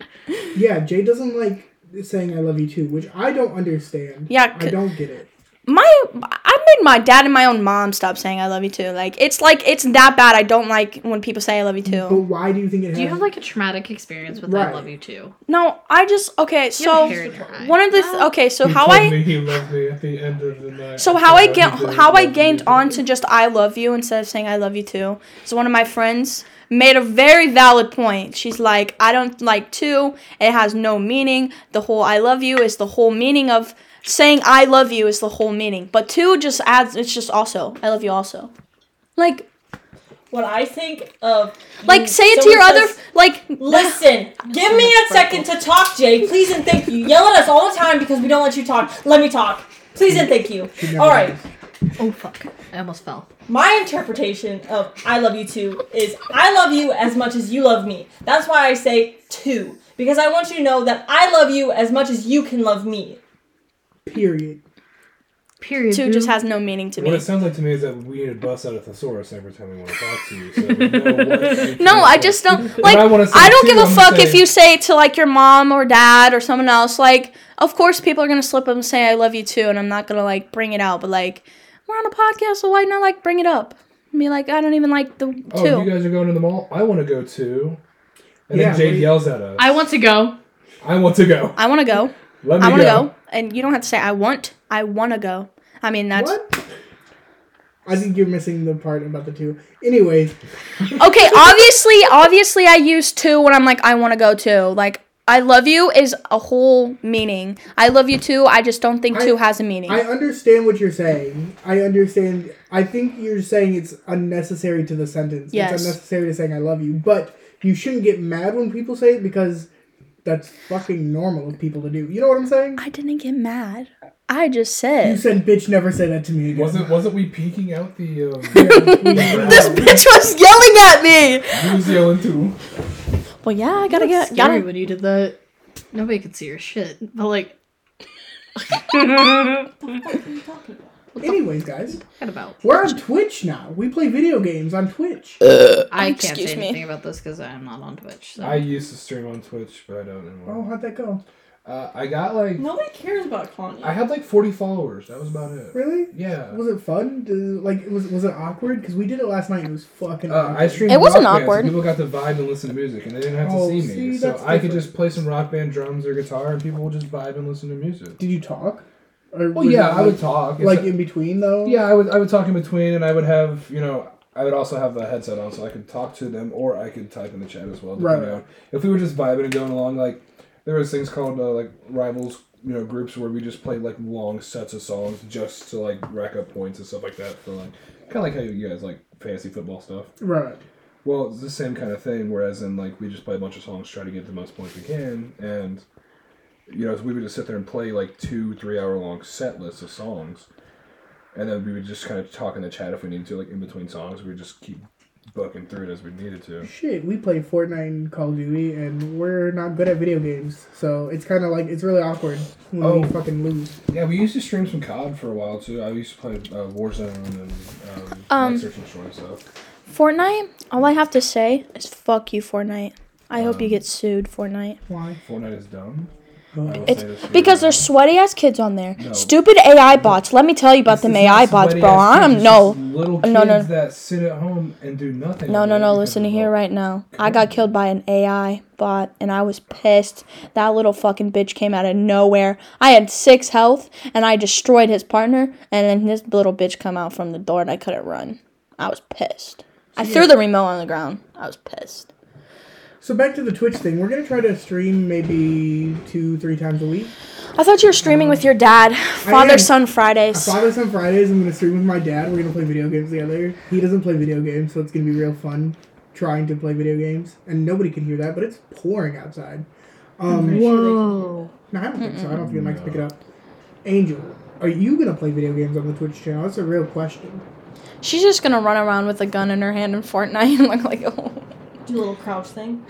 S2: yeah, Jay doesn't like saying "I love you too," which I don't understand.
S1: Yeah,
S2: I don't get it.
S1: my I made my dad and my own mom stop saying I love you too. Like it's like it's that bad. I don't like when people say I love you
S2: But
S1: too.
S2: why do you think it?
S4: Do you
S2: has-
S4: have like a traumatic experience with I
S2: Right.
S4: love you too?
S1: No, I just okay.
S4: You have
S1: So
S4: a hair in your eye.
S1: one of the th- okay. So how
S6: told
S1: I
S6: me he loved me at the end of the night.
S1: so how I get
S6: He did
S1: how
S6: love
S1: I
S6: me.
S1: gained on to just I love you instead of saying I love you too. So one of my friends made a very valid point. She's like, I don't like too. It has no meaning. The whole I love you is the whole meaning of saying I love you is the whole meaning. But two just adds. It's just also I love you also. Like
S3: What I think of
S1: Like
S3: when
S6: Hmm.
S1: say it to
S3: someone
S1: your other
S3: says,
S1: like
S3: Listen, give me a second to talk, Jay. Please and thank you. Yell at us all the time because we don't let you talk. Let me talk. Please and thank you.
S2: She never
S3: All right.
S2: does.
S4: Oh fuck. I almost fell.
S3: My interpretation of I love you too is I love you as much as you love me. That's why I say two. Because I want you to know that I love you as much as you can love me.
S2: Period.
S4: Period.
S1: two
S4: boo.
S1: just has no meaning to
S6: What
S1: me.
S6: it sounds like to me is that we need to bust out a thesaurus every time we want to talk to you. So (laughs) we know what
S1: No, I just don't like.
S6: I
S1: I,
S6: wanna say
S1: don't
S6: too,
S1: give a
S6: I'm
S1: fuck if
S6: saying-
S1: you say it to like your mom or dad or someone else. Like, of course, people are gonna slip up and say I love you too, and I'm not gonna like bring it out. But like, we're on a podcast, so why not like bring it up? Be like, I don't even like the two.
S6: Oh, you guys are going to the mall? I want to go too. And
S2: Yeah,
S6: then Jade
S2: we-
S6: yells at us.
S4: I want to go.
S6: I want to go.
S1: I want to go.
S6: Let me
S1: I want to
S6: go.
S1: go, and you don't have to say I want. I want to go. I mean that's
S2: What? I think you're missing the part about the two. Anyways,
S1: okay. Obviously, obviously, I use to when I'm like I want to go to. Like I love you is a whole meaning. I love you too. I just don't think
S2: I-
S1: to has a meaning.
S2: I understand what you're saying. I understand. I think you're saying it's unnecessary to the sentence.
S1: Yes.
S2: It's unnecessary to saying I love you, but you shouldn't get mad when people say it because that's fucking normal of people to do. You know what I'm saying?
S1: I didn't get mad. I just
S2: You
S1: said
S2: said bitch never say that to me again.
S6: Wasn't wasn't we peeking out the?
S2: (laughs)
S6: Um,
S1: this (laughs) bitch was yelling at me.
S6: He was yelling too.
S1: Well, yeah, I gotta
S4: That's
S1: get
S4: scary
S1: gotta.
S4: when you did that. Nobody could see your shit. But like
S2: Anyways, guys,
S4: what about
S2: we're on Twitch now. We play video games on Twitch.
S4: I can't
S1: excuse
S4: say
S1: me.
S4: anything about this because I'm not on Twitch. So.
S6: I used to stream on Twitch, but I don't
S2: Oh,
S6: anymore.
S2: how'd that go?
S6: Uh, I got like
S3: Nobody cares about Kanye.
S6: I had like 40 followers. That was about it.
S2: Really?
S6: Yeah.
S2: Was it fun? Did, like, was was it awkward? Because we did it last night. and It was fucking.
S6: Uh, I
S2: awkward.
S6: streamed
S1: It wasn't
S6: rock Band, so
S1: awkward.
S6: people got to vibe and listen to music, and they didn't have to
S2: Oh,
S6: see me.
S2: see,
S6: so
S2: that's
S6: I could
S2: different.
S6: just play some rock band drums or guitar, and people would just vibe and listen to music.
S2: Did you talk? Or
S6: Well,
S2: was
S6: yeah,
S2: it
S6: I would
S2: like-
S6: talk. It's
S2: Like
S6: a-
S2: in between though.
S6: Yeah, I would I would talk in between, and I would have you know
S5: I would also have a headset on, so I could talk to them, or I could type in the chat as well.
S2: Right,
S5: depending
S2: right.
S5: on- If we were just vibing and going along, like there was things called uh, like rivals, you know, groups where we just played like long sets of songs just to like rack up points and stuff like that for like kind of like how you guys like fantasy football stuff.
S2: Right.
S5: Well, it's the same kind of thing. Whereas in like we just play a bunch of songs, try to get the most points we can, and you know, so we would just sit there and play like two, three hour long set lists of songs, and then we would just kind of talk in the chat if we needed to, like in between songs. We would just keep bucking through it as we needed to.
S2: Shit, we play Fortnite and Call of Duty, and we're not good at video games, so it's kind of like it's really awkward when
S5: Oh.
S2: we fucking lose.
S5: Yeah, we used to stream some COD for a while too. I used to play uh, Warzone and um,
S1: Um,
S5: like Search and Destroy and stuff.
S1: Fortnite, all I have to say is fuck you, Fortnite. I hope you
S5: Um,
S1: get sued, Fortnite.
S2: Why?
S5: Fortnite is dumb. I will
S2: Oh.
S1: It's
S5: say this here.
S1: Because there's sweaty ass kids on there.
S5: No.
S1: Stupid AI bots. Let me tell you about
S5: This
S1: them
S5: is not
S1: AI bots, bro.
S5: sweaty-ass kids,
S1: I'm
S5: it's
S1: no.
S5: just Little kids
S1: No, no.
S5: that sit at home and do nothing.
S1: No,
S5: all
S1: no,
S5: day
S1: no.
S5: because
S1: Listen to
S5: of
S1: here
S5: all-
S1: right now. I got killed by an AI bot and I was pissed. That little fucking bitch came out of nowhere. I had six health and I destroyed his partner and then this little bitch come out from the door and I couldn't run. I was pissed. I threw the remote on the ground. I was pissed.
S2: So back to the Twitch thing. We're gonna try to stream maybe two, three times a week.
S1: I thought you were streaming with your dad. Father
S2: am.
S1: son Fridays.
S2: Fathers on Fridays, I'm gonna stream with my dad. We're gonna play video games together. He doesn't play video games, so it's gonna be real fun trying to play video games. And nobody can hear that, but it's pouring outside. Um,
S4: Whoa.
S2: no, I don't think so. I don't think the mics pick it up. Angel, are you gonna play video games on the Twitch channel? That's a real question.
S1: She's just gonna run around with a gun in her hand in Fortnite and look like a. (laughs)
S3: Do a little crouch thing.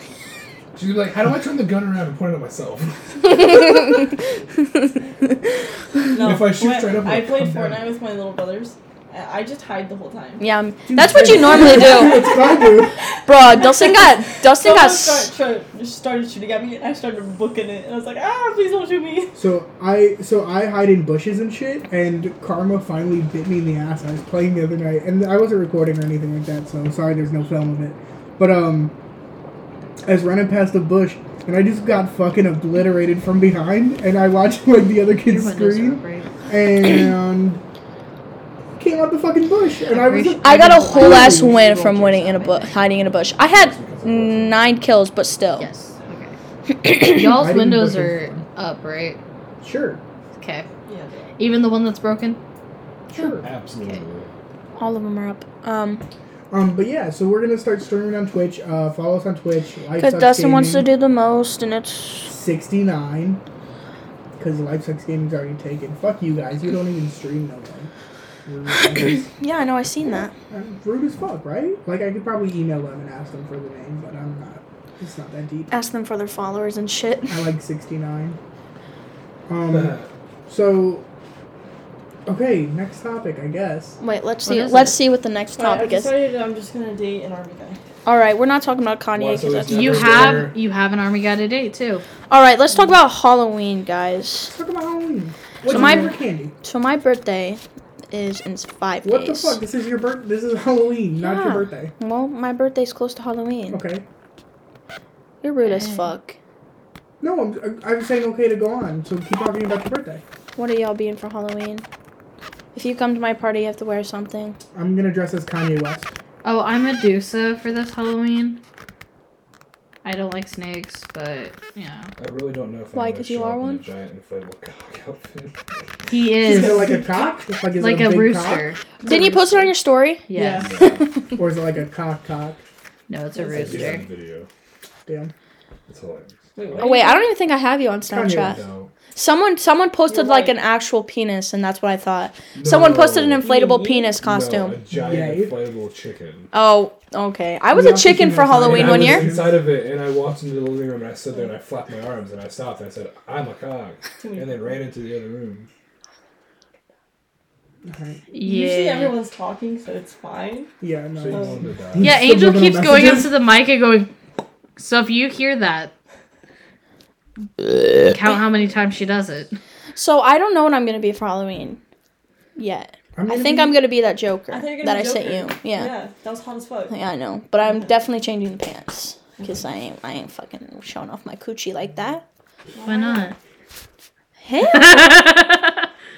S6: She'd be like, "How do I turn the gun around and point it at
S5: (laughs)
S6: myself?"
S3: No,
S6: (laughs) If I shoot
S3: when
S6: straight up,
S3: I
S6: it'll come
S3: played
S6: down.
S3: Fortnite with my little brothers. I I just hide the whole time.
S1: yeah, I'm- that's what you normally do,
S2: It's fun, dude.
S1: bro. Dustin got Dustin
S3: Someone
S1: got.
S3: start,
S1: s-
S3: try- just started shooting at me, and I started booking it, and I was like, "Ah, please don't shoot me!"
S2: So I so I hide in bushes and shit, and Karma finally bit me in the ass. I was playing the other night, and I wasn't recording or anything like that, so I'm sorry there's no film of it. But um, I was running past a bush, and I just got fucking obliterated from behind, and I watched (laughs) like the other
S4: Your
S2: kids
S4: windows are
S2: scream,
S4: great.
S2: and (coughs) came out the fucking bush, and I was.
S4: Appreciate-
S1: I got a whole ass win from winning in a bu- hiding in a bush. I had nine kills, but still.
S4: Yes. Okay. Y'all's
S2: Hiding
S4: windows
S2: bushes.
S4: are up, right?
S2: Sure,
S4: Okay.
S3: (laughs) Yeah.
S4: Even the one that's broken.
S2: sure.
S5: Absolutely.
S1: All of them are up. Um,
S2: Um, but yeah, so we're gonna start streaming on Twitch. Uh, follow us on Twitch. Life
S1: because
S2: Sucks
S1: Dustin wants to
S2: Gaming.
S1: do the most, and it's
S2: 69 because life sucks gaming's already taken fuck you guys you don't even stream no one
S1: yeah. I know. I seen that.
S2: I'm rude as fuck right like i could probably email them and ask them for the name but i'm not it's not that deep
S1: Ask them for their followers and shit. (laughs)
S2: i like 69
S5: (laughs)
S2: um so okay next topic i guess
S1: Wait, let's see.
S4: is
S1: Let's
S4: it?
S1: see what the next topic
S3: I
S1: is.
S3: decided I'm just gonna date an army guy.
S1: All right, we're not talking about
S6: Why,
S1: Kanye
S6: so
S1: because
S6: it's
S1: that's.
S6: not-
S4: You
S6: Never
S4: have
S6: better.
S4: you have an army guy to date too.
S1: All right, let's talk about Halloween, guys.
S2: talk about halloween what's
S1: my-
S2: your favorite candy
S1: So my birthday is in five
S2: what the
S1: days.
S2: fuck this is your birth this is halloween not
S1: Yeah.
S2: your birthday
S1: Well, my birthday's close to Halloween.
S2: okay
S1: You're rude as
S4: Hey.
S1: fuck.
S2: no i'm i'm saying okay to go on so keep talking about your birthday
S1: What are y'all being for Halloween? If you come to my party, you have to wear something.
S2: i'm gonna dress as kanye west
S4: Oh, I'm a Dusa for this Halloween. I don't like snakes, but yeah,
S5: I really don't know if
S1: Why,
S5: I'm gonna
S1: 'cause you
S5: show
S1: are
S5: up in
S1: one?
S5: a giant inflatable
S3: (laughs)
S5: cock outfit.
S4: he
S2: Is
S4: is
S2: it like
S4: like
S2: a cock? Like, is
S4: a,
S2: it big cock?
S4: rooster.
S1: Didn't you post it on your story?
S4: Yes.
S5: (laughs)
S2: Or is it like a cock cock?
S4: No, it's a
S3: Yes,
S5: Yeah, on
S4: rooster.
S5: video.
S2: Damn.
S5: It's hilarious.
S3: Wait,
S1: (laughs) Oh wait, I don't even think I have you on
S2: Kanye
S1: Snapchat.
S2: does.
S5: No.
S1: Someone someone posted
S3: You're
S1: like an
S3: right.
S1: actual penis, and that's what I thought. Someone posted an
S5: No,
S1: inflatable
S3: Me?
S1: penis costume.
S5: No, a giant
S2: Yay.
S5: inflatable chicken.
S1: Oh, okay. I was
S2: We
S1: a
S2: also
S1: chicken
S2: do
S1: for
S2: have Kanye.
S1: Halloween
S5: and
S1: one
S5: I was (laughs)
S1: year.
S5: inside of it, and I walked into the living room, and I stood there, and I flapped my arms, and I stopped, and I said, "I'm a cock,"
S3: Too many
S5: and then ran into the other room.
S2: Alright.
S3: Usually
S4: Yeah.
S3: everyone's talking, so it's fine.
S2: Yeah,
S5: So you
S2: no.
S3: Oh.
S5: wanted to die.
S4: Yeah,
S2: Subliminal
S4: Angel keeps going up
S2: messages.
S4: to the mic and going. So if you hear that, count how many times she does it.
S1: So I don't know what I'm gonna be for Halloween yet.
S2: I'm
S1: I
S2: gonna
S1: think
S2: be-
S1: I'm gonna be that Joker
S3: I thought you were
S1: that
S3: gonna be
S1: I sent you.
S3: Joker.
S1: Yeah.
S3: Yeah, that was hot as fuck.
S1: yeah, I know, but I'm definitely changing the pants because I ain't I ain't fucking showing off my coochie like that.
S4: Why not?
S1: (laughs) Hell,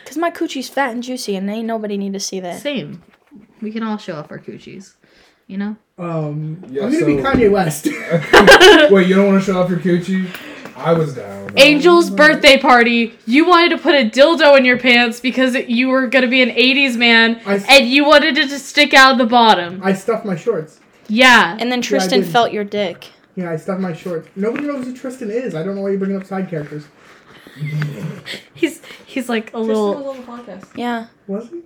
S1: because my coochie's fat and juicy, and ain't nobody need to see that.
S4: (laughs) Same. We can all show off our coochies, you know.
S2: Um,
S5: Yeah,
S2: I'm gonna be
S5: so-
S2: Kanye
S5: (laughs)
S2: West.
S5: Wait, you don't want to show off your coochie? I was down.
S4: Angel's birthday party. You wanted to put a dildo in your pants because you were gonna be an '80s man,
S2: I s-
S4: and you wanted it to stick out of the bottom.
S2: I stuffed my shorts.
S4: Yeah.
S7: And then Tristan
S2: didn't.
S7: felt your dick.
S2: Yeah, I stuffed my shorts. Nobody knows who Tristan is. I don't know why you're bringing up side characters.
S4: He's he's like a
S3: Tristan
S4: little.
S3: was on the podcast.
S7: Yeah.
S2: Was he?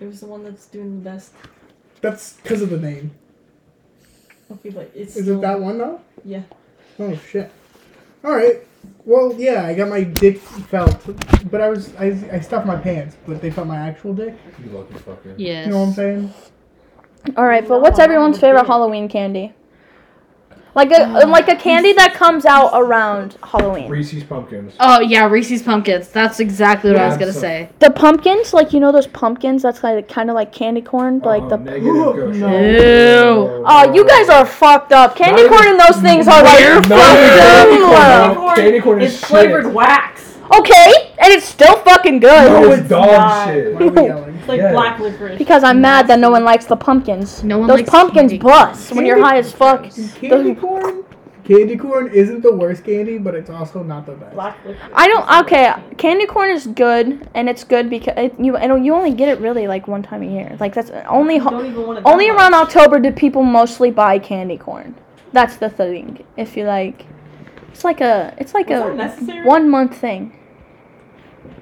S3: It was the one that's doing the best.
S2: That's because of the name.
S3: Okay, but it's
S2: Is
S3: still-
S2: it that one though?
S3: Yeah.
S2: Oh shit. All right. Well, yeah, I got my dick felt, but I was I, I stuffed my pants, but they felt my actual dick.
S5: You lucky fucker.
S4: Yes.
S2: You know what I'm saying?
S1: All right, but what's everyone's favorite Halloween candy? Like
S7: Uh,
S1: a like a candy that
S7: (laughs)
S1: comes out around Halloween.
S5: Reese's pumpkins.
S4: Oh yeah, Reese's pumpkins. That's exactly what I was gonna
S5: Yeah.
S4: say.
S1: The pumpkins, like you know those pumpkins that's like kind of like candy corn, but like
S5: Oh,
S1: the.
S5: negative ghost.
S2: No.
S4: Ew.
S1: Oh, you guys are fucked up. Candy
S5: Not
S1: corn and those things are like
S4: We're
S1: fucked
S5: Not even candy corn,
S1: up.
S5: no. Candy corn is
S3: It's flavored
S5: shit.
S3: wax.
S1: Okay, and it's still fucking
S5: No,
S1: good.
S5: it's dog
S3: not.
S1: (laughs)
S5: shit.
S2: Why are we yelling?
S3: It's like
S5: Yeah.
S3: black licorice.
S1: Because I'm mad that no one likes the pumpkins.
S4: No one
S1: those
S4: likes
S1: pumpkins
S4: candy
S1: bust when you're
S2: Candy
S1: high as fuck.
S2: Candy corn. Candy corn isn't the worst candy, but it's also not the best.
S3: Black licorice.
S1: I don't. Okay, candy corn is good, and it's good because it, you I don't, you only get it really like one time a year. Like that's only ho-
S3: Don't even want to
S1: only around October do people mostly buy candy corn. That's the thing. If you like, it's like a it's like
S3: Was that
S1: a
S3: necessary?
S1: one month thing.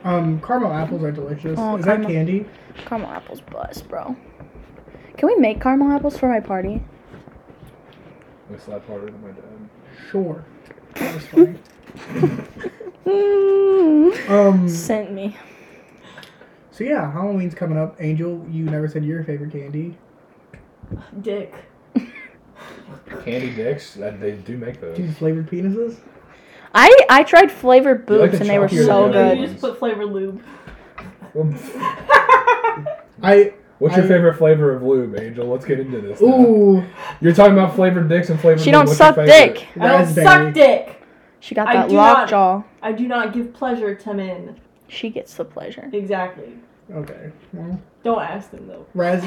S2: Um, caramel apples are delicious.
S1: Oh,
S2: Is that
S1: caramel.
S2: candy?
S1: Caramel apples bust, bro. Can we make caramel apples for my party?
S5: I slap harder than my dad.
S2: Sure. That was
S1: (laughs)
S2: funny.
S3: Mm-hmm.
S1: Mm.
S2: um.
S1: Sent me. (laughs)
S2: So yeah, Halloween's coming up. Angel, you never said your favorite candy.
S3: dick.
S5: Candy dicks? That, they do make those.
S2: Do you flavored penises?
S1: I I tried flavored
S5: You like
S1: boobs
S5: the
S1: and they were
S5: chalkier
S1: so
S5: than the other
S1: good.
S3: You just put flavor lube. (laughs)
S5: Well,
S2: I
S5: What's your
S2: I-
S5: favorite flavor of lube, Angel? Let's get into this. now.
S2: ooh
S5: You're talking about flavored dicks and flavored
S1: She
S5: lube.
S1: don't
S5: What's
S1: suck
S5: your favorite?
S1: dick.
S3: I don't
S2: raspberry.
S3: suck dick.
S1: She got
S3: I
S1: that
S3: do not-
S1: lockjaw.
S3: I do not give pleasure to men.
S1: She gets the pleasure.
S3: Exactly.
S2: Okay. Well,
S3: Don't ask them though.
S2: ras-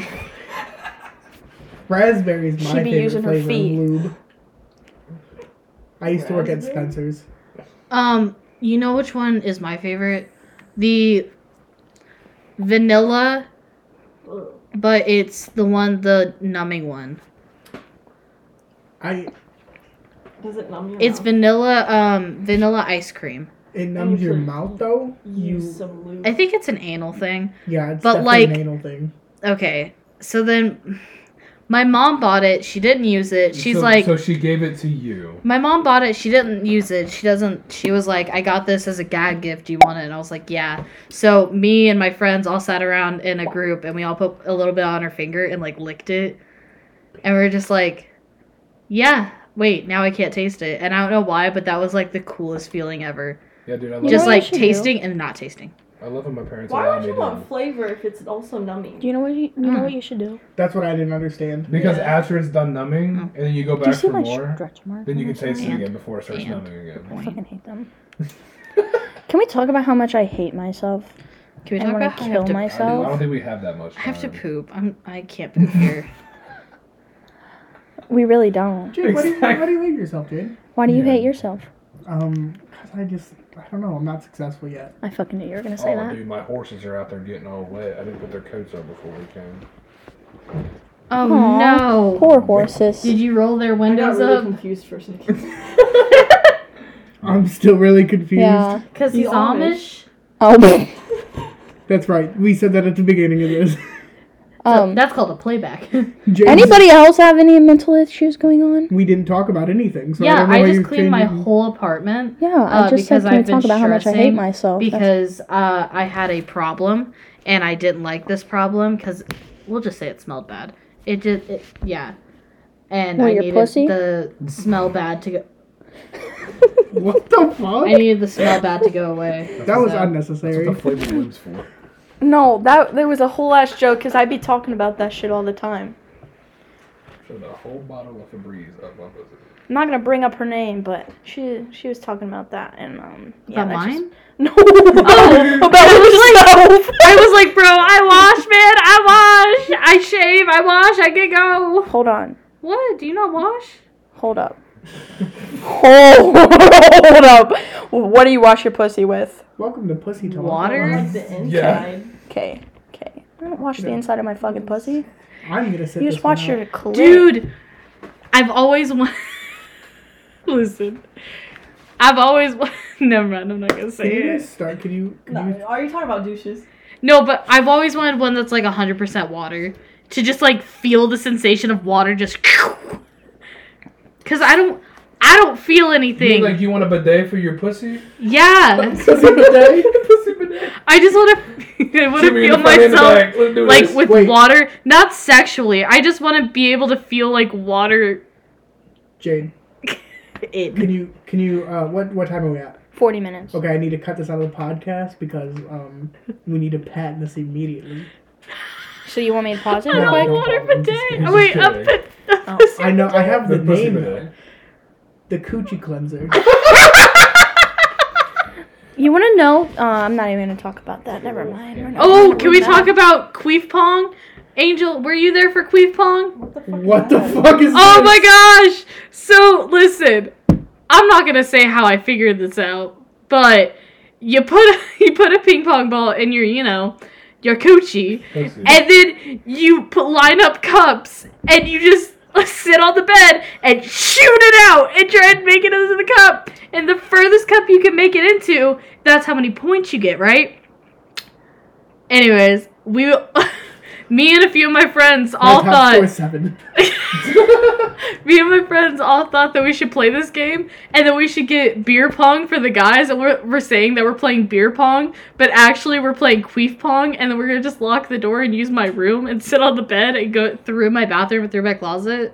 S2: raspberry's my
S1: She be
S2: favorite
S1: using her
S2: flavor of
S1: feet.
S2: lube. I used to work at
S3: Raspberry?
S2: Spencer's.
S4: Um, you know which one is my favorite? The vanilla,
S3: Ugh.
S4: but it's the one, the numbing one.
S2: I
S3: Does it numb your
S4: It's
S3: mouth?
S4: vanilla, um, vanilla ice cream.
S2: it numbs your
S3: usually
S2: mouth though.
S3: Use
S2: You
S3: some lube.
S4: I think it's an anal thing.
S2: yeah, it's
S4: but,
S2: definitely
S4: like-
S2: an anal thing.
S4: Okay, so then my mom bought it. She didn't use it. She's
S5: So-
S4: like,
S5: So she gave it to you.
S4: my mom bought it. She didn't use it. She doesn't. She was like, I got this as a gag gift. Do you want it? And I was like, yeah. So me and my friends all sat around in a group and we all put a little bit on her finger and like licked it. And we were just like, yeah. Wait, now I can't taste it. And I don't know why, but that was like the coolest feeling ever.
S5: Yeah, dude, I love,
S1: You know
S4: Just
S1: what you
S4: like
S1: should do?
S4: tasting and not tasting.
S5: I love when my parents
S3: Why
S5: allow
S3: would
S5: me
S3: you
S5: to.
S3: want flavor if it's also numbing?
S1: Do you know what you, you know what you should do?
S2: That's what I didn't understand.
S5: Because
S3: Yeah.
S5: after it's done numbing, and then you go
S1: Do you
S5: back
S1: see
S5: for
S1: my
S5: more,
S1: stretch marks?
S5: then you
S1: on my
S5: can taste it
S4: And-
S5: again before it starts
S4: and-
S5: numbing again.
S1: side? I fucking hate them. Can we talk about how much I hate myself?
S4: Can we
S1: I
S4: talk
S1: wanna
S4: about how I
S1: kill
S4: have to
S5: I don't- I
S1: myself.
S5: don't think we have that much.
S4: I have to
S5: time.
S4: poop. I'm. I can't
S1: (laughs)
S4: poop here.
S1: We really don't.
S2: Jade, why do you
S5: Exactly.
S2: why do you hate yourself, Jade?
S1: Why do you
S5: Yeah.
S1: hate yourself?
S2: Um, 'cause I just I don't know. I'm not successful yet.
S1: I fucking knew you were gonna say
S5: Oh,
S1: that.
S5: dude, my horses are out there getting all wet. I didn't put their coats on before we came.
S4: Oh
S1: Aw,
S4: no!
S1: Poor horses.
S4: Did you roll their
S3: I got
S4: windows
S3: really
S4: up?
S3: confused for a second.
S4: (laughs)
S1: (laughs)
S2: I'm still really confused.
S1: yeah.
S4: Because
S3: He's
S4: he's Amish.
S1: Oh. (laughs)
S2: That's right. We said that at the beginning of this. (laughs)
S4: Um,
S1: um.
S4: that's called a playback. (laughs)
S2: James,
S1: Anybody else have any mental issues going on?
S2: We didn't talk about anything, so I
S4: yeah,
S2: don't know
S4: I
S2: why
S4: just
S2: you're
S4: cleaned my
S2: changing-
S4: whole apartment
S1: Yeah, I
S4: Uh,
S1: just said
S4: because
S1: can we
S4: I've been
S1: talk about how much I hate
S4: stressing
S1: myself? Oh, That's- (laughs)
S4: because uh, I had a problem and I didn't like this problem because we'll just say it smelled bad. It just it, yeah, and
S1: What,
S4: I
S1: your
S4: needed
S1: pussy?
S4: the smell bad to go.
S2: (laughs) What the
S4: I
S2: fuck?
S4: needed the smell bad to go
S1: (laughs)
S4: away.
S2: That was
S4: So-
S2: unnecessary.
S5: That's what the flavored lube's for. (laughs)
S1: No, that there was a whole ass joke because I'd be talking about that shit all the time.
S5: Shoved a whole bottle of Febreze up my pussy.
S1: I'm not gonna bring up her name, but she she was talking about that and um yeah,
S4: About
S1: that just-
S4: mine?
S1: (laughs) No, oh, (laughs) about herself.
S4: I was like, bro, I wash, man, I wash. I shit I wash, I can go.
S1: (laughs) Hold on.
S4: What? Do you not wash?
S1: Hold up. (laughs) Hold, hold up. What do you wash your pussy with?
S2: Welcome to Pussy Talk.
S4: Water?
S3: (laughs) Like the inside.
S6: Yeah.
S1: Okay. Okay. I don't wash the inside of my fucking pussy.
S2: I'm gonna sit.
S1: You
S2: this
S1: just watch
S2: one out.
S1: your clit.
S4: Dude, I've always wanted. (laughs) Listen, I've always. wa- (laughs) Never mind, I'm not gonna say
S2: Can you
S4: it.
S2: guys start? Can you? Can
S3: No,
S2: you
S3: are you talking about douches?
S4: No, but I've always wanted one that's like 100% water to just like feel the sensation of water just. (laughs) Cause I don't, I don't feel
S6: You mean
S4: anything.
S6: like you want a bidet for your
S4: (laughs)
S6: pussy?
S4: yeah,
S2: Pussy bidet?
S5: (laughs)
S6: pussy bidet.
S4: I just want to, (laughs) I want to
S6: Shoot me in
S4: feel
S6: the front and the
S4: myself
S6: back. Let's do
S4: like
S6: this.
S4: with
S2: Wait.
S4: water, not sexually. I just want to be able to feel like water (laughs)
S2: Jade,
S4: in.
S2: can you? Can you? Uh, what? What time are we at?
S1: 40 minutes.
S2: Okay, I need to cut this out of the podcast because um, we need to patent this immediately.
S1: So you want me to pause it
S4: I
S1: real
S4: don't
S1: quick?
S4: want
S6: no,
S4: a
S6: I'm just
S4: bidet.
S6: kidding.
S4: Wait,
S6: Just
S4: a
S6: kidding. Oh,
S4: bid-
S2: I know. I have the,
S6: The pussy
S2: name.
S6: bidet.
S2: The coochie cleanser.
S6: (laughs)
S4: (laughs)
S1: You want to know? Uh, I'm not even going to talk about that. Never mind. We're not
S4: Oh,
S1: gonna
S4: can
S1: do
S4: we
S1: that.
S4: talk about Queef Pong? Angel, were you there for Queef Pong?
S3: What the
S6: (laughs)
S2: what
S3: fuck? is
S2: the
S3: that?
S2: fuck is?
S4: Oh
S2: this?
S4: my gosh! So, listen, I'm not gonna say how I figured this out, but you put you put a (laughs) ping pong ball in your, you know, your coochie,
S6: Pussy.
S4: and then you put, line up cups, and you just (laughs) sit on the bed and shoot it out and try and make it into the cup. And the furthest cup you can make it into, that's how many points you get, right? Anyways, we, (laughs) me and a few of my friends
S2: My
S4: all
S2: top
S4: thought
S2: score is seven.
S4: (laughs) me and my friends all thought that we should play this game and that we should get beer pong for the guys and we're, we're saying that we're playing beer pong but actually we're playing queef pong and then we're gonna just lock the door and use my room and sit on the bed and go through my bathroom and through my closet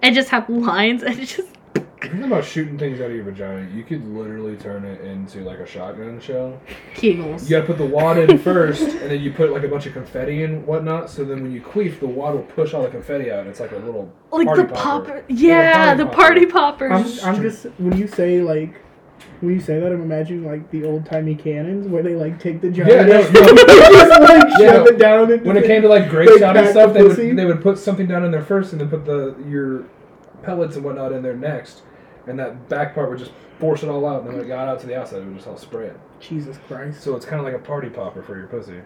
S4: and just have lines and (laughs) just
S6: Think about shooting things out of your vagina. You could literally turn it into like a shotgun shell.
S4: kegels
S6: You gotta put the wad in first, and then you put like a bunch of confetti and whatnot. So then when you queef, the wad will push all the confetti out. It's like a little
S4: like
S6: party
S4: the popper,
S6: popper.
S4: yeah
S6: Yeah,
S4: the
S6: party
S4: party poppers
S2: I'm, I'm just when you say like when you say that I'm imagining like the old timey cannons where they like take the giant
S6: Yeah, no,
S2: (laughs) and
S6: no.
S2: just like
S6: Yeah,
S2: shove
S6: no.
S2: it down into
S6: When it
S2: the-
S6: came to like grape
S2: Big
S6: shot and
S2: pack of
S6: stuff, they would,
S2: pussy.
S6: they would put something down in there first, and then put the your pellets and whatnot in there next, and that back part would just force it all out. And then when it got out to the outside, it would just all spread.
S2: Jesus Christ.
S6: So it's kind of like a party popper for your pussy.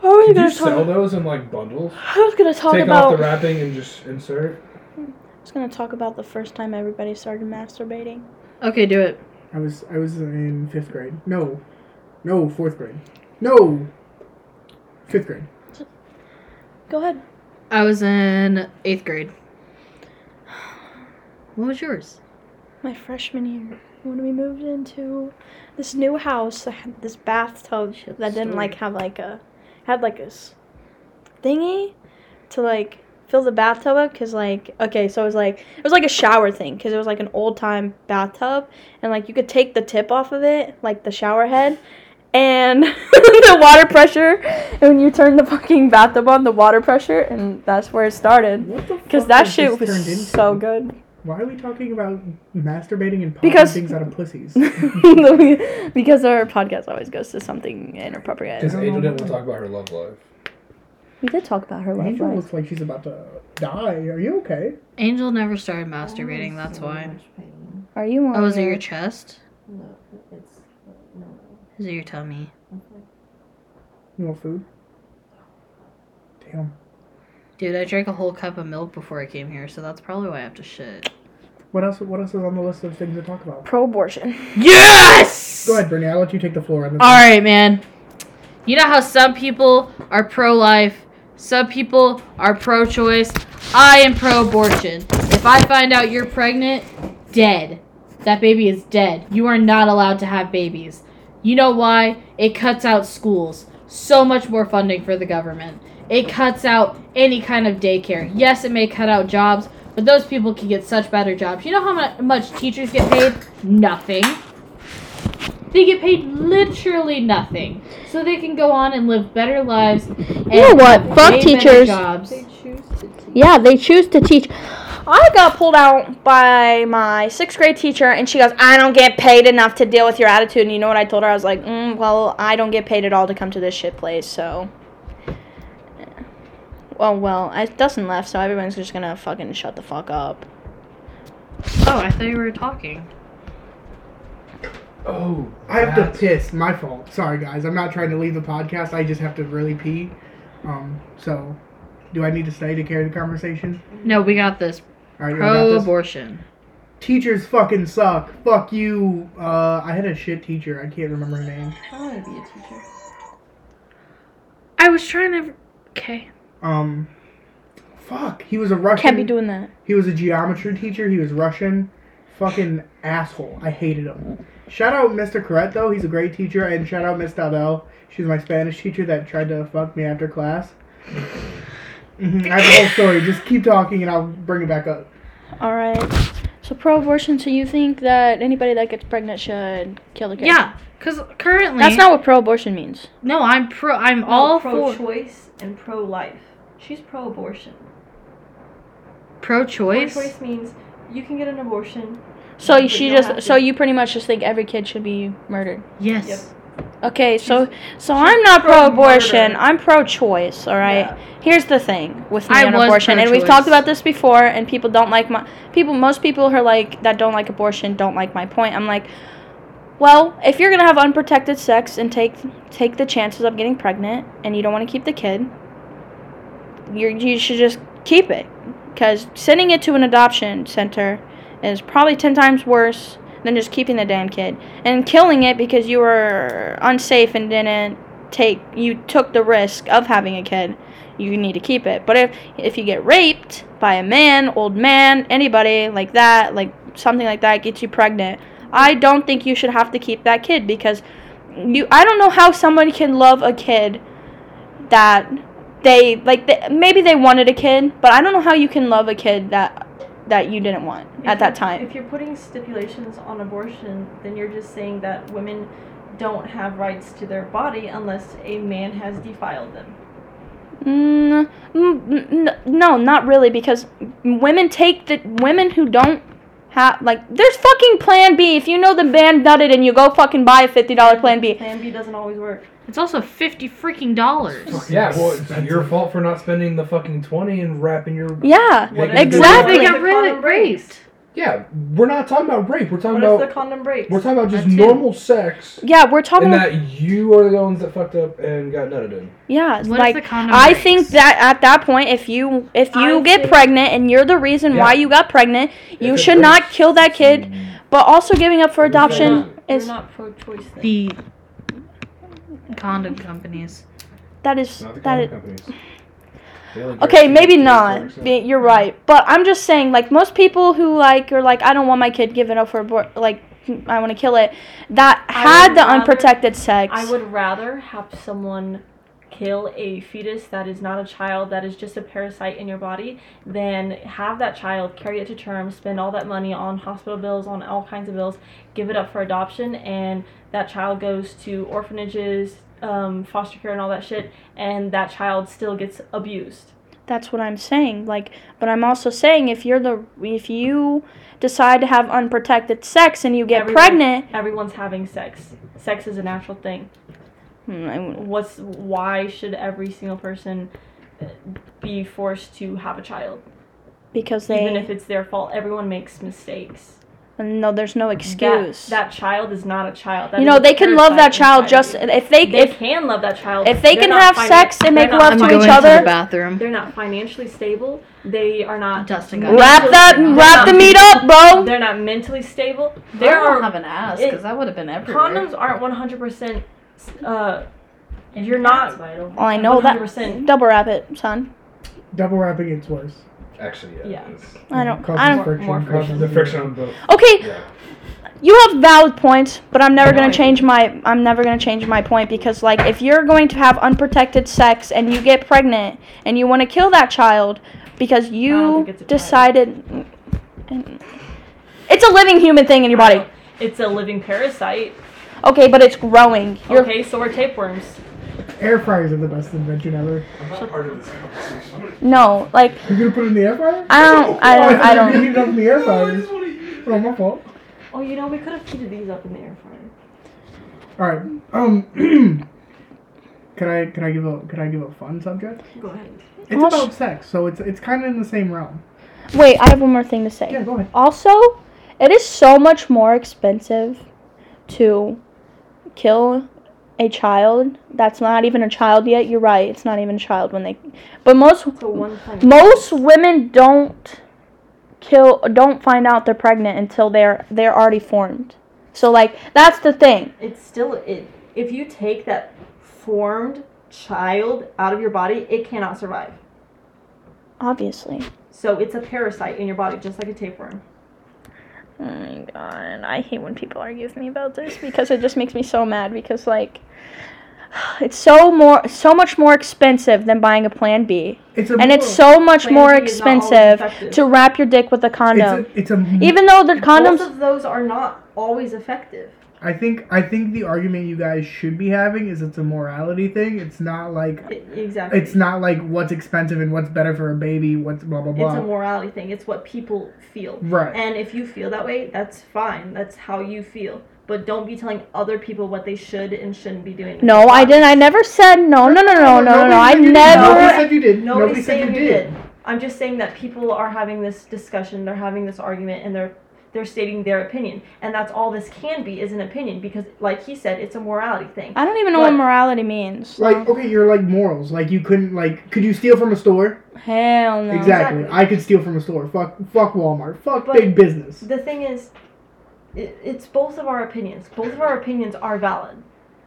S1: Oh,
S6: Could
S1: you
S6: you
S1: guys
S6: sell
S1: talk,
S6: those in like bundles?
S1: I was going to talk
S6: Take
S1: about.
S6: off the wrapping and just insert.
S1: I was going to talk about the first time everybody started masturbating.
S4: okay do it
S2: I was I was in fifth grade. No, no fourth grade. No, fifth grade.
S1: Go ahead.
S4: I was in eighth grade what was yours
S1: My freshman year, when we moved into this new house, I had this bathtub
S4: Shit
S1: that didn't
S4: story.
S1: like have like a had like a s- thingy to like fill the bathtub up because like okay so it was like it was like a shower thing because it was like an old time bathtub and like you could take the tip off of it like the shower head and (laughs) the water pressure and when you turn the fucking bathtub on the water pressure and that's where it started
S2: What the?
S1: because
S2: fuck
S1: that
S2: has
S1: shit
S2: this turned into?
S1: was so good
S2: Why are we talking about masturbating and popping
S1: Because-
S2: things out
S1: (laughs)
S2: of pussies? (laughs)
S1: because our podcast always goes to something inappropriate.
S6: Because Angel didn't want to talk about her love life.
S1: We did talk about her love
S2: Angel
S1: life.
S2: looks like she's about to die. Are you okay?
S4: Angel never started
S3: Oh,
S4: masturbating that's why
S1: Are you on?
S4: Oh, is it
S1: your-
S4: your chest?
S3: No, it's no.
S4: Is it your tummy?
S2: You want food? Damn.
S4: Dude, I drank a whole cup of milk before I came here, so that's probably why I have to shit.
S2: What else? What else is on the list of things to talk about?
S1: pro-abortion?
S4: Yes!
S2: Go ahead, Brittany. I'll let you take the floor on this. one.
S4: Alright, man. You know how some people are pro life, some people are pro choice. I am pro abortion. If I find out you're pregnant, dead. That baby is dead. You are not allowed to have babies. You know why? It cuts out schools. So much more funding for the government. It cuts out any kind of daycare. Yes, it may cut out jobs, but those people can get such better jobs. You know how mu- much teachers get paid? Nothing. They get paid literally nothing. So they can go on and live better lives. And
S1: know what?
S4: have
S1: Fuck
S4: way better
S1: teachers.
S4: Jobs.
S3: They choose to teach.
S1: Yeah, they choose to teach. (laughs) I got pulled out by my sixth grade teacher, and she goes, "I don't get paid enough to deal with your attitude." And you know what I told her? I was like, mm, "Well, I don't get paid at all to come to this shit place, so." Oh well, I, Dustin left, so everyone's just gonna fucking shut the fuck up.
S4: Oh, I thought you were talking.
S6: Oh,
S2: I have to
S6: that's-
S2: piss. My fault. Sorry, guys. I'm not trying to leave the podcast. I just have to really pee. Um, so, do I need to stay to carry the conversation?
S4: No, we got this.
S2: All right, you got
S4: Pro
S2: this?
S4: abortion.
S2: Teachers fucking suck. Fuck you. Uh, I had a shit teacher. I can't remember her name.
S3: I want to be a teacher.
S4: I was trying to. Okay.
S2: Um, fuck. He was a Russian.
S1: Can't be doing that.
S2: He was a geometry teacher. He was Russian. Fucking asshole. I hated him. Shout out Mr. Correct though. He's a great teacher. And shout out Miss Dowdell. She's my Spanish teacher that tried to fuck me after class. Mhm, I have the whole story. Just keep talking and I'll bring it back up.
S1: All right. So pro abortion. So you think that anybody that gets pregnant should kill the kid?
S4: Yeah, because currently
S1: That's not what pro abortion means.
S4: No, I'm pro. I'm all
S3: pro
S4: for
S3: choice and pro life. She's pro abortion. Pro
S4: pro-choice.
S3: choice means you can get an abortion.
S1: So
S3: But
S1: she
S3: you'll have
S1: just.
S3: to-
S1: So you pretty much just think every kid should be murdered.
S4: Yes.
S3: Yep.
S1: Okay, so so
S3: she's
S1: I'm not pro abortion.
S3: pro-murder.
S1: I'm pro choice, all right?
S3: Yeah.
S1: Here's the thing with me
S4: I
S1: on
S4: was
S1: abortion, and we've
S4: pro-choice.
S1: talked about this before, and people don't like my people. Most people who are like that don't like abortion don't like my point. I'm like, well, if you're gonna have unprotected sex and take take the chances of getting pregnant, and you don't want to keep the kid, you you should just keep it, because sending it to an adoption center is probably ten times worse than just keeping the damn kid and killing it because you were unsafe and didn't take you took the risk of having a kid you need to keep it. But if if you get raped by a man, old man, anybody like that, like something like that gets you pregnant, I don't think you should have to keep that kid because you I don't know how someone can love a kid that they like th maybe they wanted a kid, but I don't know how you can love a kid that that you didn't want at
S3: If
S1: that
S3: you're-
S1: time.
S3: If you're putting stipulations on abortion, then you're just saying that women don't have rights to their body unless a man has defiled them.
S1: Mm, mm, n- no, not really, because women take the women who don't have like there's fucking Plan B. If you know the band nutted and you go fucking buy a fifty dollar Plan B.
S3: Plan B doesn't always work.
S4: It's also fifty freaking dollars.
S1: Oh
S2: Fuck.
S6: Yeah, well, it's your fault for not spending the fucking twenty and wrapping your.
S1: Yeah,
S6: What if
S1: exactly.
S4: They got
S3: The
S4: really
S3: condom breaks.
S4: raped.
S6: Yeah, we're not talking about rape. We're
S3: What
S6: talking
S3: if
S6: about
S3: the condom breaks?
S6: we're talking about just
S4: That too.
S6: normal sex,
S1: Yeah, we're talking.
S6: and that you are the ones that fucked up and got nutted in.
S1: yeah,
S4: What
S1: like
S4: if the condom
S1: I
S4: breaks?
S1: think that at that point, if you if you
S3: I
S1: get
S3: think-
S1: pregnant and you're the reason why
S6: Yeah.
S1: you got pregnant, you
S6: it
S1: should not
S6: breaks,
S1: kill that kid.
S6: Mm,
S1: But also giving up for
S6: You're not-
S1: adoption
S3: You're
S1: is
S3: not pro-choice. Then.
S4: the condom companies.
S1: that is
S5: Not the
S1: that
S5: condom
S1: is.
S5: companies. They only
S1: Okay,
S5: charge
S1: maybe
S5: 50 to
S1: not.
S5: 40%.
S1: Be- You're right, but I'm just saying, like most people who like are like, I don't want my kid given up for abort, like I want to kill it. That
S3: I
S1: had
S3: would
S1: the
S3: rather-
S1: unprotected sex.
S3: I would rather have someone kill a fetus that is not a child, that is just a parasite in your body, than have that child carry it to term, spend all that money on hospital bills, on all kinds of bills, give it up for adoption, and that child goes to orphanages, um, foster care, and all that shit, and that child still gets abused.
S1: That's what I'm saying. Like, but I'm also saying if you're the if you decide to have unprotected sex and you get
S3: Everyone-
S1: pregnant,
S3: Everyone's having sex. Sex is a natural thing.
S1: Hmm, I wouldn't-
S3: What's why should every single person uh, be forced to have a child?
S1: because they
S3: even if it's their fault everyone makes mistakes
S1: no, there's no excuse.
S3: that, that child is not a child That
S1: you
S3: is
S1: know
S3: a
S1: they can love that
S3: parasite
S1: child
S3: inside
S1: just
S3: of you.
S1: if they,
S3: they
S1: if
S3: can love that child
S1: if they
S3: They're
S1: can
S3: not
S1: have
S3: finan-
S1: sex and
S3: they're
S1: make
S3: not
S1: love
S4: I'm
S1: to
S3: finan-
S4: going
S1: each
S4: to
S1: other-
S4: the bathroom.
S3: they're not financially stable they are not
S4: Dustin got
S1: wrap that
S3: They're
S1: wrap
S3: not-
S1: the meat up, bro.
S3: they're not mentally stable
S4: There
S3: there
S4: I don't
S3: are
S4: have an ass
S3: it-
S4: because that would have been everywhere.
S3: condoms aren't 100% uh
S4: And
S3: you're not-
S4: that's vital.
S1: Well, Oh, I know that
S3: 100%.
S1: double wrap it, son.
S2: Double wrapping it's worse.
S5: Actually, yeah.
S3: Yeah.
S5: it's-
S1: I don't.
S2: Causes
S1: I don't.
S2: friction,
S3: more
S2: causes
S3: friction.
S5: The friction on both.
S1: Okay,
S5: Yeah.
S1: you have valid points, but I'm never
S3: No, I
S1: gonna change my. I'm never gonna change my point because, like, if you're going to have unprotected sex and you get pregnant and you want to kill that child because you
S3: think it's a child.
S1: decided, and- it's a living human thing in your body.
S3: it's a living parasite
S1: Okay, but it's growing. You're
S3: okay so are tapeworms
S2: Air fryers are the best invention ever.
S5: I'm not part of this
S6: (laughs)
S5: conversation.
S1: no, like,
S2: You're gonna put it in the air fryer? Oh,
S1: I don't. I don't. I
S2: You
S3: (laughs)
S1: don't.
S2: heat it up in the air fryer.
S5: want to eat.
S2: Oh, my fault.
S3: oh you know we could have heated these up in the air fryer
S2: All right. Um. (clears throat) Can I can I give a can I give a fun subject?
S3: Go ahead.
S2: It's
S1: Oh, sh-
S2: about sex, so it's it's kind of in the same realm.
S1: Wait, I have one more thing to say.
S2: Yeah, go ahead.
S1: Also, it is so much more expensive to kill a child that's not even a child yet. You're right. It's not even a child when they But most
S3: So one time.
S1: most women don't kill don't find out they're pregnant until they're they're already formed. So like that's the thing.
S3: it's still it. If you take that formed child out of your body, it cannot survive.
S1: Obviously.
S3: So it's a parasite in your body, just like a tapeworm.
S1: Oh my god, I hate when people argue with me about this because it just makes me so mad because like (sighs) it's so more so much more expensive than buying a plan B.
S2: It's a
S1: And it's
S2: more-
S1: so much
S3: Plan
S1: more
S3: B is not always
S1: expensive
S3: effective.
S1: to wrap your dick with a condom.
S2: It's a, it's a
S1: Even though the
S3: Both
S1: condoms
S3: of those are not always effective.
S2: I think I think the argument you guys should be having is it's a morality thing. It's not like
S3: I- E, exactly.
S2: it's not like what's expensive and what's better for a baby. What's blah blah
S3: It's a
S2: blah.
S3: morality thing. It's what people feel.
S2: right.
S3: And if you feel that way, that's fine. That's how you feel. But don't be telling other people what they should and shouldn't be doing. with
S1: No,
S3: their
S1: I
S3: bodies.
S1: didn't I never said no no no no no no,
S2: Nobody
S1: no.
S2: said
S1: I never
S2: you didn't. Nobody said you did.
S3: Nobody's
S2: Nobody said
S3: saying
S2: you
S3: you
S2: did.
S3: did. I'm just saying that people are having this discussion. They're having this argument, and they're they're stating their opinion. And that's all this can be is an opinion because, like he said, it's a morality thing.
S1: I don't even know what
S3: But-
S1: morality means.
S2: Like okay, you're like morals. Like you couldn't like could you steal from a store?
S1: Hell no.
S2: Exactly.
S3: Exactly.
S2: I could steal from a store. Fuck fuck Walmart. Fuck
S3: But-
S2: big business.
S3: The thing is, it, it's both of our opinions. Both of our opinions are valid.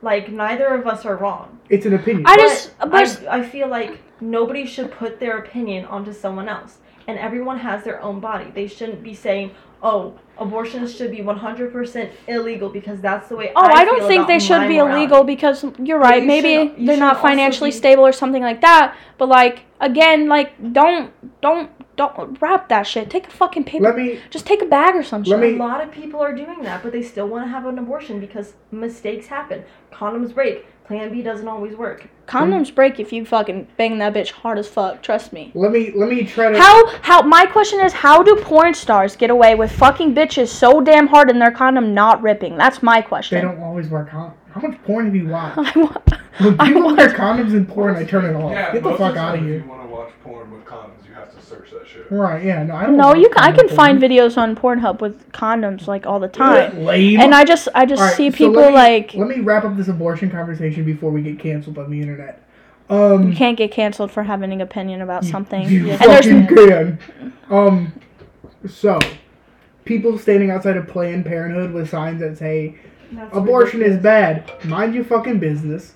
S3: Like neither of us are wrong.
S2: It's an opinion.
S1: I just
S3: I,
S1: but
S3: I feel like nobody should put their opinion onto someone else. And everyone has their own body. They shouldn't be saying, oh, abortions should be 100% illegal because that's the way
S1: Oh, I,
S3: I
S1: don't
S3: feel
S1: think
S3: about
S1: they should
S3: my
S1: be
S3: morality."
S1: illegal because you're
S3: But
S1: right.
S3: you
S1: maybe
S3: should- you
S1: they're
S3: should
S1: not
S3: also
S1: financially
S3: be-
S1: stable or something like that. But like again, like don't don't don't wrap that shit. Take a fucking paper.
S2: let me
S1: just take a bag or some shit.
S2: let me-
S3: A lot of people are doing that, but they still want to have an abortion because mistakes happen. Condoms break. Plan B doesn't always work.
S1: Condoms break if you fucking bang that bitch hard as fuck. Trust me.
S2: let me let me try to
S1: How how my question is how do porn stars get away with fucking bitches so damn hard and their condom not ripping? That's my question.
S2: they don't always wear condoms. How much porn have
S1: (laughs)
S2: you watched?
S1: I want,
S2: When
S1: I
S2: people wear
S1: want,
S2: condoms and porn, I turn it off. Get the
S5: most
S2: fuck
S5: the
S2: out of
S5: time
S2: here.
S5: If you want to watch porn with condoms, you have to search that shit.
S2: Right, yeah, no, I don't
S1: no,
S2: watch
S1: you can, I
S2: porn
S1: can
S2: with
S1: find
S2: porn.
S1: videos on Pornhub with condoms like all the time.
S2: Lame.
S1: And I just I just
S2: All right,
S1: see
S2: so let
S1: people
S2: me-
S1: like
S2: Let me wrap up this abortion conversation before we get canceled on the internet. Um,
S1: you can't get canceled for having an opinion about
S2: you-
S1: something.
S2: You
S1: And there's
S2: fucking can. Um, so people standing outside of Planned Parenthood with signs that say
S3: That's
S2: abortion is
S3: ridiculous.
S2: bad. Mind your fucking business.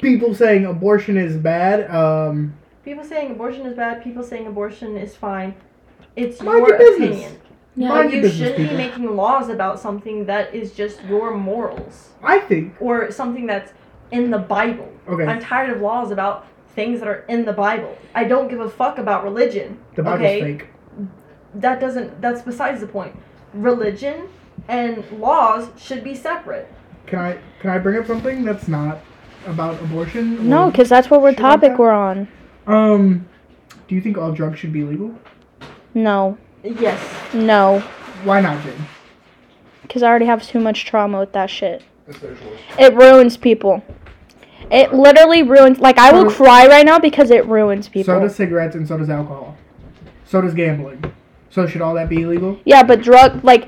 S2: People saying abortion is bad. Um,
S3: People saying abortion is bad. People saying abortion is fine. It's
S2: Mind
S3: your
S2: your business.
S3: opinion.
S1: yeah.
S2: Mind
S3: But you
S2: your business,
S3: shouldn't be
S2: people.
S3: making laws about something that is just your morals.
S2: I think
S3: or something that's in the Bible.
S2: okay.
S3: I'm tired of laws about things that are in the Bible. I don't give a fuck about religion.
S2: the Bible's
S3: okay.
S2: fake.
S3: That doesn't that's besides the point. Religion and laws should be separate.
S2: Can I can I bring up something that's not about abortion? or-
S1: (laughs) No, because that's what we're
S2: Shit like
S1: topic
S2: that?
S1: we're on.
S2: um, do you think all drugs should be legal?
S1: No,
S3: Yes.
S1: no,
S2: Why not, Jim?
S1: because I already have too much trauma with that shit.
S5: That's their choice.
S1: It ruins people. It literally ruins. Like I will
S2: So-
S1: cry right now because it ruins people.
S2: So does cigarettes and so does alcohol. So does gambling. So should all that be illegal?
S1: yeah, but drug like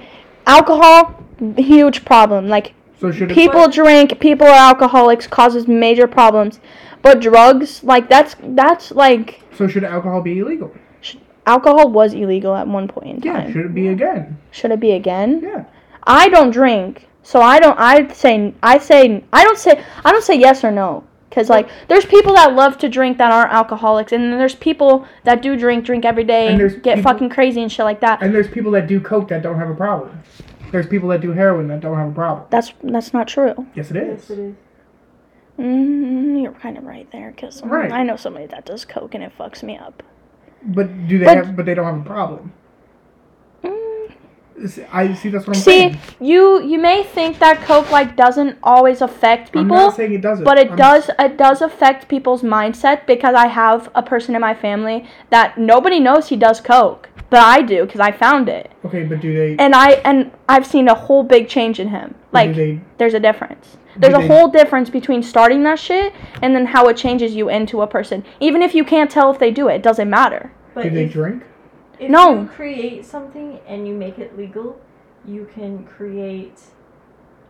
S1: alcohol, huge problem. Like
S2: So should it,
S1: people drink people are alcoholics causes major problems but drugs like that's that's like
S2: so should alcohol be illegal?
S1: alcohol was illegal at one point in
S2: Yeah,
S1: time
S2: should it be again?
S1: should it be again
S2: Yeah.
S1: i don't drink so i don't i say i say i don't say i don't say yes or no because like there's people that love to drink that aren't alcoholics and then there's people that do drink drink every day
S2: And
S1: and,
S2: there's
S1: get
S2: people-
S1: fucking crazy and shit like that
S2: And there's people that do coke that don't have a problem. There's people that do heroin that don't have a problem.
S1: that's that's not true
S2: Yes, it is.
S3: is.
S1: mm, you're kind of right there because
S2: Right.
S1: i know somebody that does coke and it fucks me up
S2: But do they
S1: But-
S2: have? But they don't have a problem.
S1: mm.
S2: S- I see. That's what I'm
S1: See,
S2: saying.
S1: you you may think that coke like doesn't always affect
S2: I'm not
S1: people,
S2: saying it doesn't.
S1: but it
S2: I'm-
S1: does it does affect people's mindset because I have a person in my family that nobody knows he does coke, but I do cuz I found it.
S2: Okay, but do they?
S1: And I and I've seen a whole big change in him. Like,
S2: they,
S1: there's a difference. There's a
S2: they-
S1: whole difference between starting that shit and then how it changes you into a person. Even if you can't tell if they do it, it doesn't matter.
S3: But
S2: do they
S3: if-
S2: drink?
S3: If
S1: No.
S3: you create something and you make it legal, you can create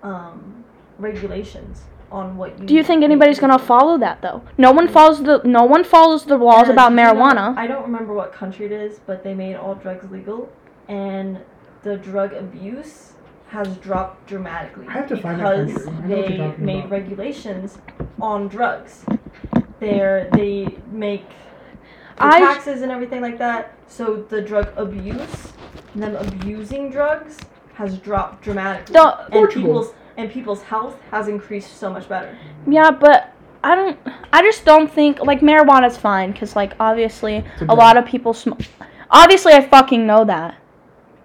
S3: um, regulations on what you.
S1: Do you think anybody's gonna
S3: follow
S1: follow that though? No one follows the no one follows the laws about marijuana.
S3: I don't remember what country it is, but they made all drugs legal, and the drug abuse has dropped dramatically
S2: I have to find that
S3: because
S2: country. I know what you're
S3: they
S2: talking
S3: made
S2: about.
S3: regulations on drugs. There, they make the
S1: I-
S3: taxes and everything like that. So the drug abuse, them abusing drugs, has dropped dramatically.
S1: The-
S3: and
S2: Portugal.
S3: people's and people's health has increased so much better.
S1: Yeah, but I don't. I just don't think like marijuana's fine because like obviously
S2: a
S1: a
S2: drug.
S1: lot of people smoke. Obviously, I fucking know that.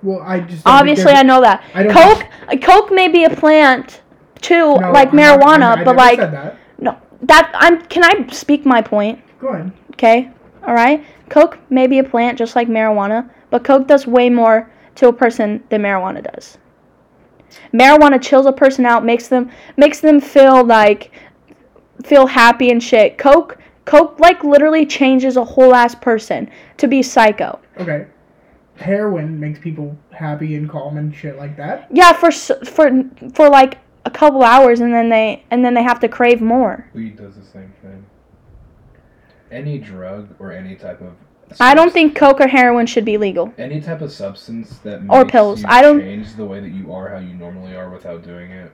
S2: Well, I just don't think
S1: Obviously, I
S2: there's-
S1: know that.
S2: I don't-
S1: Coke, uh, coke may be a plant too,
S2: No,
S1: like
S2: I'm not-
S1: marijuana,
S2: I- I
S1: but
S2: never
S1: like
S2: said that.
S1: that. I'm. Can I speak my point?
S2: Go ahead.
S1: Okay. All right. Coke may be a plant just like marijuana, but coke does way more to a person than marijuana does. Marijuana chills a person out, makes them makes them feel like feel happy and shit. Coke coke like literally changes a whole ass person to be psycho.
S2: Okay. Heroin makes people happy and calm and shit like that.
S1: Yeah, for s- for for like a couple hours and then they and then they have to crave more.
S5: Weed does the same thing. Any drug or any type of.
S1: I don't
S5: substance-
S1: think coke or heroin should be legal.
S5: Any type of substance that
S1: Or pills.
S5: You
S1: I don't-
S5: change the way that you are how you normally are without doing it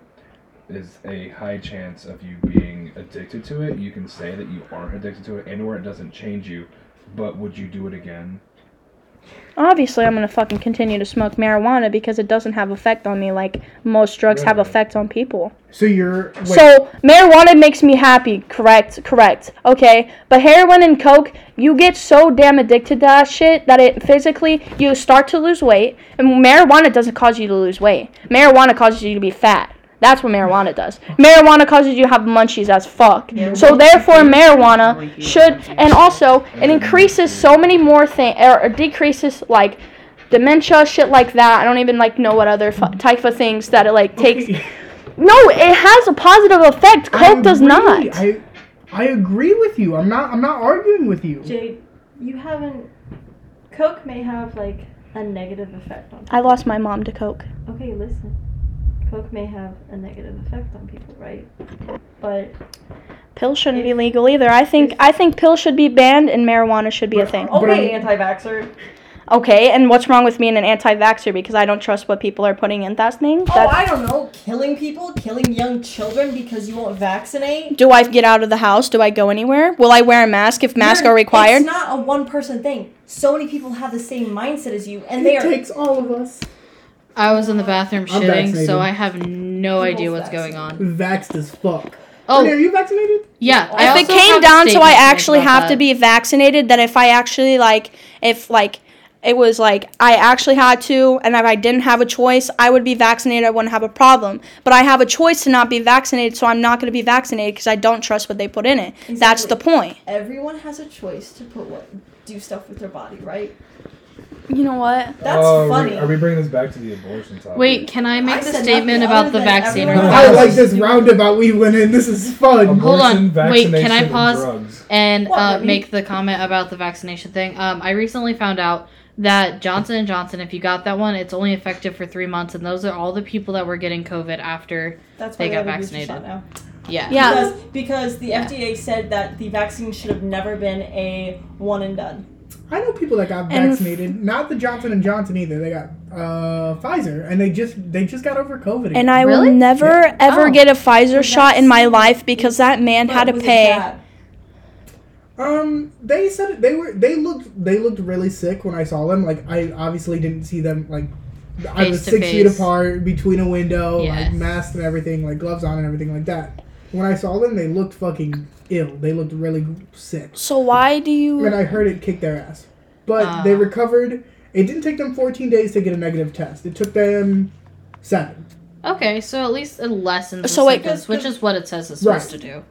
S5: is a high chance of you being addicted to it. You can say that you aren't addicted to it anywhere it doesn't change you, but would you do it again?
S1: Obviously, I'm gonna fucking continue to smoke marijuana because it doesn't have effect on me like most drugs have
S5: Really?
S1: effect on people.
S2: So you're wait,
S1: So marijuana makes me happy, correct? Correct. Okay, but heroin and coke, you get so damn addicted to that shit that it physically you start to lose weight, and marijuana doesn't cause you to lose weight. Marijuana causes you to be fat. That's what marijuana does. Marijuana causes you to have munchies as fuck. So therefore, marijuana should, and also it increases so many more things, or, or decreases like dementia, shit like that. I don't even like know what other fu- type of things that it like takes. No, it has a positive effect.
S2: (laughs) I
S1: Coke does
S2: agree.
S1: not.
S2: I I agree with you. I'm not I'm not arguing with you.
S3: Jade, you haven't. Coke may have like a negative effect on.
S1: I lost my mom to Coke.
S3: Okay, listen. Coke may have a negative effect on people, right? But
S1: Pills shouldn't be
S3: If-
S1: legal either. I think
S3: if-
S1: I think pills should be banned and marijuana should be a
S2: But-
S1: thing.
S2: But
S3: okay,
S2: I'm-
S3: anti-vaxxer.
S1: Okay, and what's wrong with being an anti-vaxxer because I don't trust what people are putting in that thing?
S3: Oh,
S1: That,
S3: I don't know. Killing people, killing young children because you won't vaccinate.
S1: do I get out of the house? Do I go anywhere? Will I wear a mask if masks
S3: You're-
S1: are required?
S3: It's not a one-person thing. So many people have the same mindset as you, and they
S2: It
S3: are.
S2: takes all of us.
S4: I was in the bathroom
S2: I'm
S4: shitting,
S2: vaccinated.
S4: so I have no
S3: People's
S4: idea what's going
S3: vaccinated.
S4: on.
S2: Vaxxed as fuck.
S4: Oh.
S2: Renee, are you vaccinated?
S4: Yeah, I
S1: if it
S4: also
S1: came
S4: have a
S1: down to
S4: statement
S1: I
S4: to make
S1: actually
S4: about
S1: have to
S4: that.
S1: be vaccinated, that if I actually like, if like it was like I actually had to, and if I didn't have a choice, I would be vaccinated. I wouldn't have a problem. But I have a choice to not be vaccinated, so I'm not going to be vaccinated because I don't trust what they put in it. That's the point.
S3: Everyone has a choice to put what do stuff with their body, right?
S1: You know what?
S3: That's
S5: Oh, are we-
S3: funny.
S5: Are we bringing this back to the abortion topic?
S4: Wait, can I make
S3: I
S4: the
S3: said
S4: statement
S3: nothing
S4: about
S3: other
S4: the
S3: than
S4: vaccine?
S3: everyone
S2: I
S3: else
S4: requirements?
S2: like this roundabout we went in. This is fun.
S4: Hold on.
S5: Abortion,
S4: Wait, can I
S5: vaccination, and
S4: pause?
S5: drugs.
S4: and
S3: What,
S4: uh,
S3: Whitney?
S4: make the comment about the vaccination thing. Um, I recently found out that Johnson and Johnson, if you got that one, it's only effective for three months, and those are all the people that were getting COVID after.
S3: That's
S4: They
S3: why
S4: got
S3: we have a booster shot
S4: vaccinated.
S3: now.
S4: Yeah.
S1: Yeah.
S3: Because, because the FDA said that the vaccine should have never been a one and done.
S2: I know people that got
S1: And-
S2: vaccinated. Not the Johnson and Johnson either. They got uh, Pfizer, and they just they just got over COVID. again.
S1: And I
S4: Really?
S1: will never ever
S4: Oh.
S1: get a Pfizer
S3: But
S1: shot in my
S3: that's-
S1: life because that man
S3: But
S1: had to
S3: was it
S1: pay.
S3: bad?
S2: Um, they said it- they were they looked they looked really sick when I saw them. Like I obviously didn't see them like I
S4: Face
S2: was
S4: to
S2: six feet
S4: face.
S2: apart between a window,
S4: Yes.
S2: like masked and everything, like gloves on and everything like that. When I saw them, they looked fucking ill. They looked really sick.
S1: So why do you?
S2: And I heard it kick their ass, but
S4: Ah.
S2: they recovered. It didn't take them 14 days to get a negative test. It took them seven.
S4: Okay, so at least it lessens the
S1: So it-
S4: symptoms, which is what it says it's supposed
S2: Right.
S4: to do.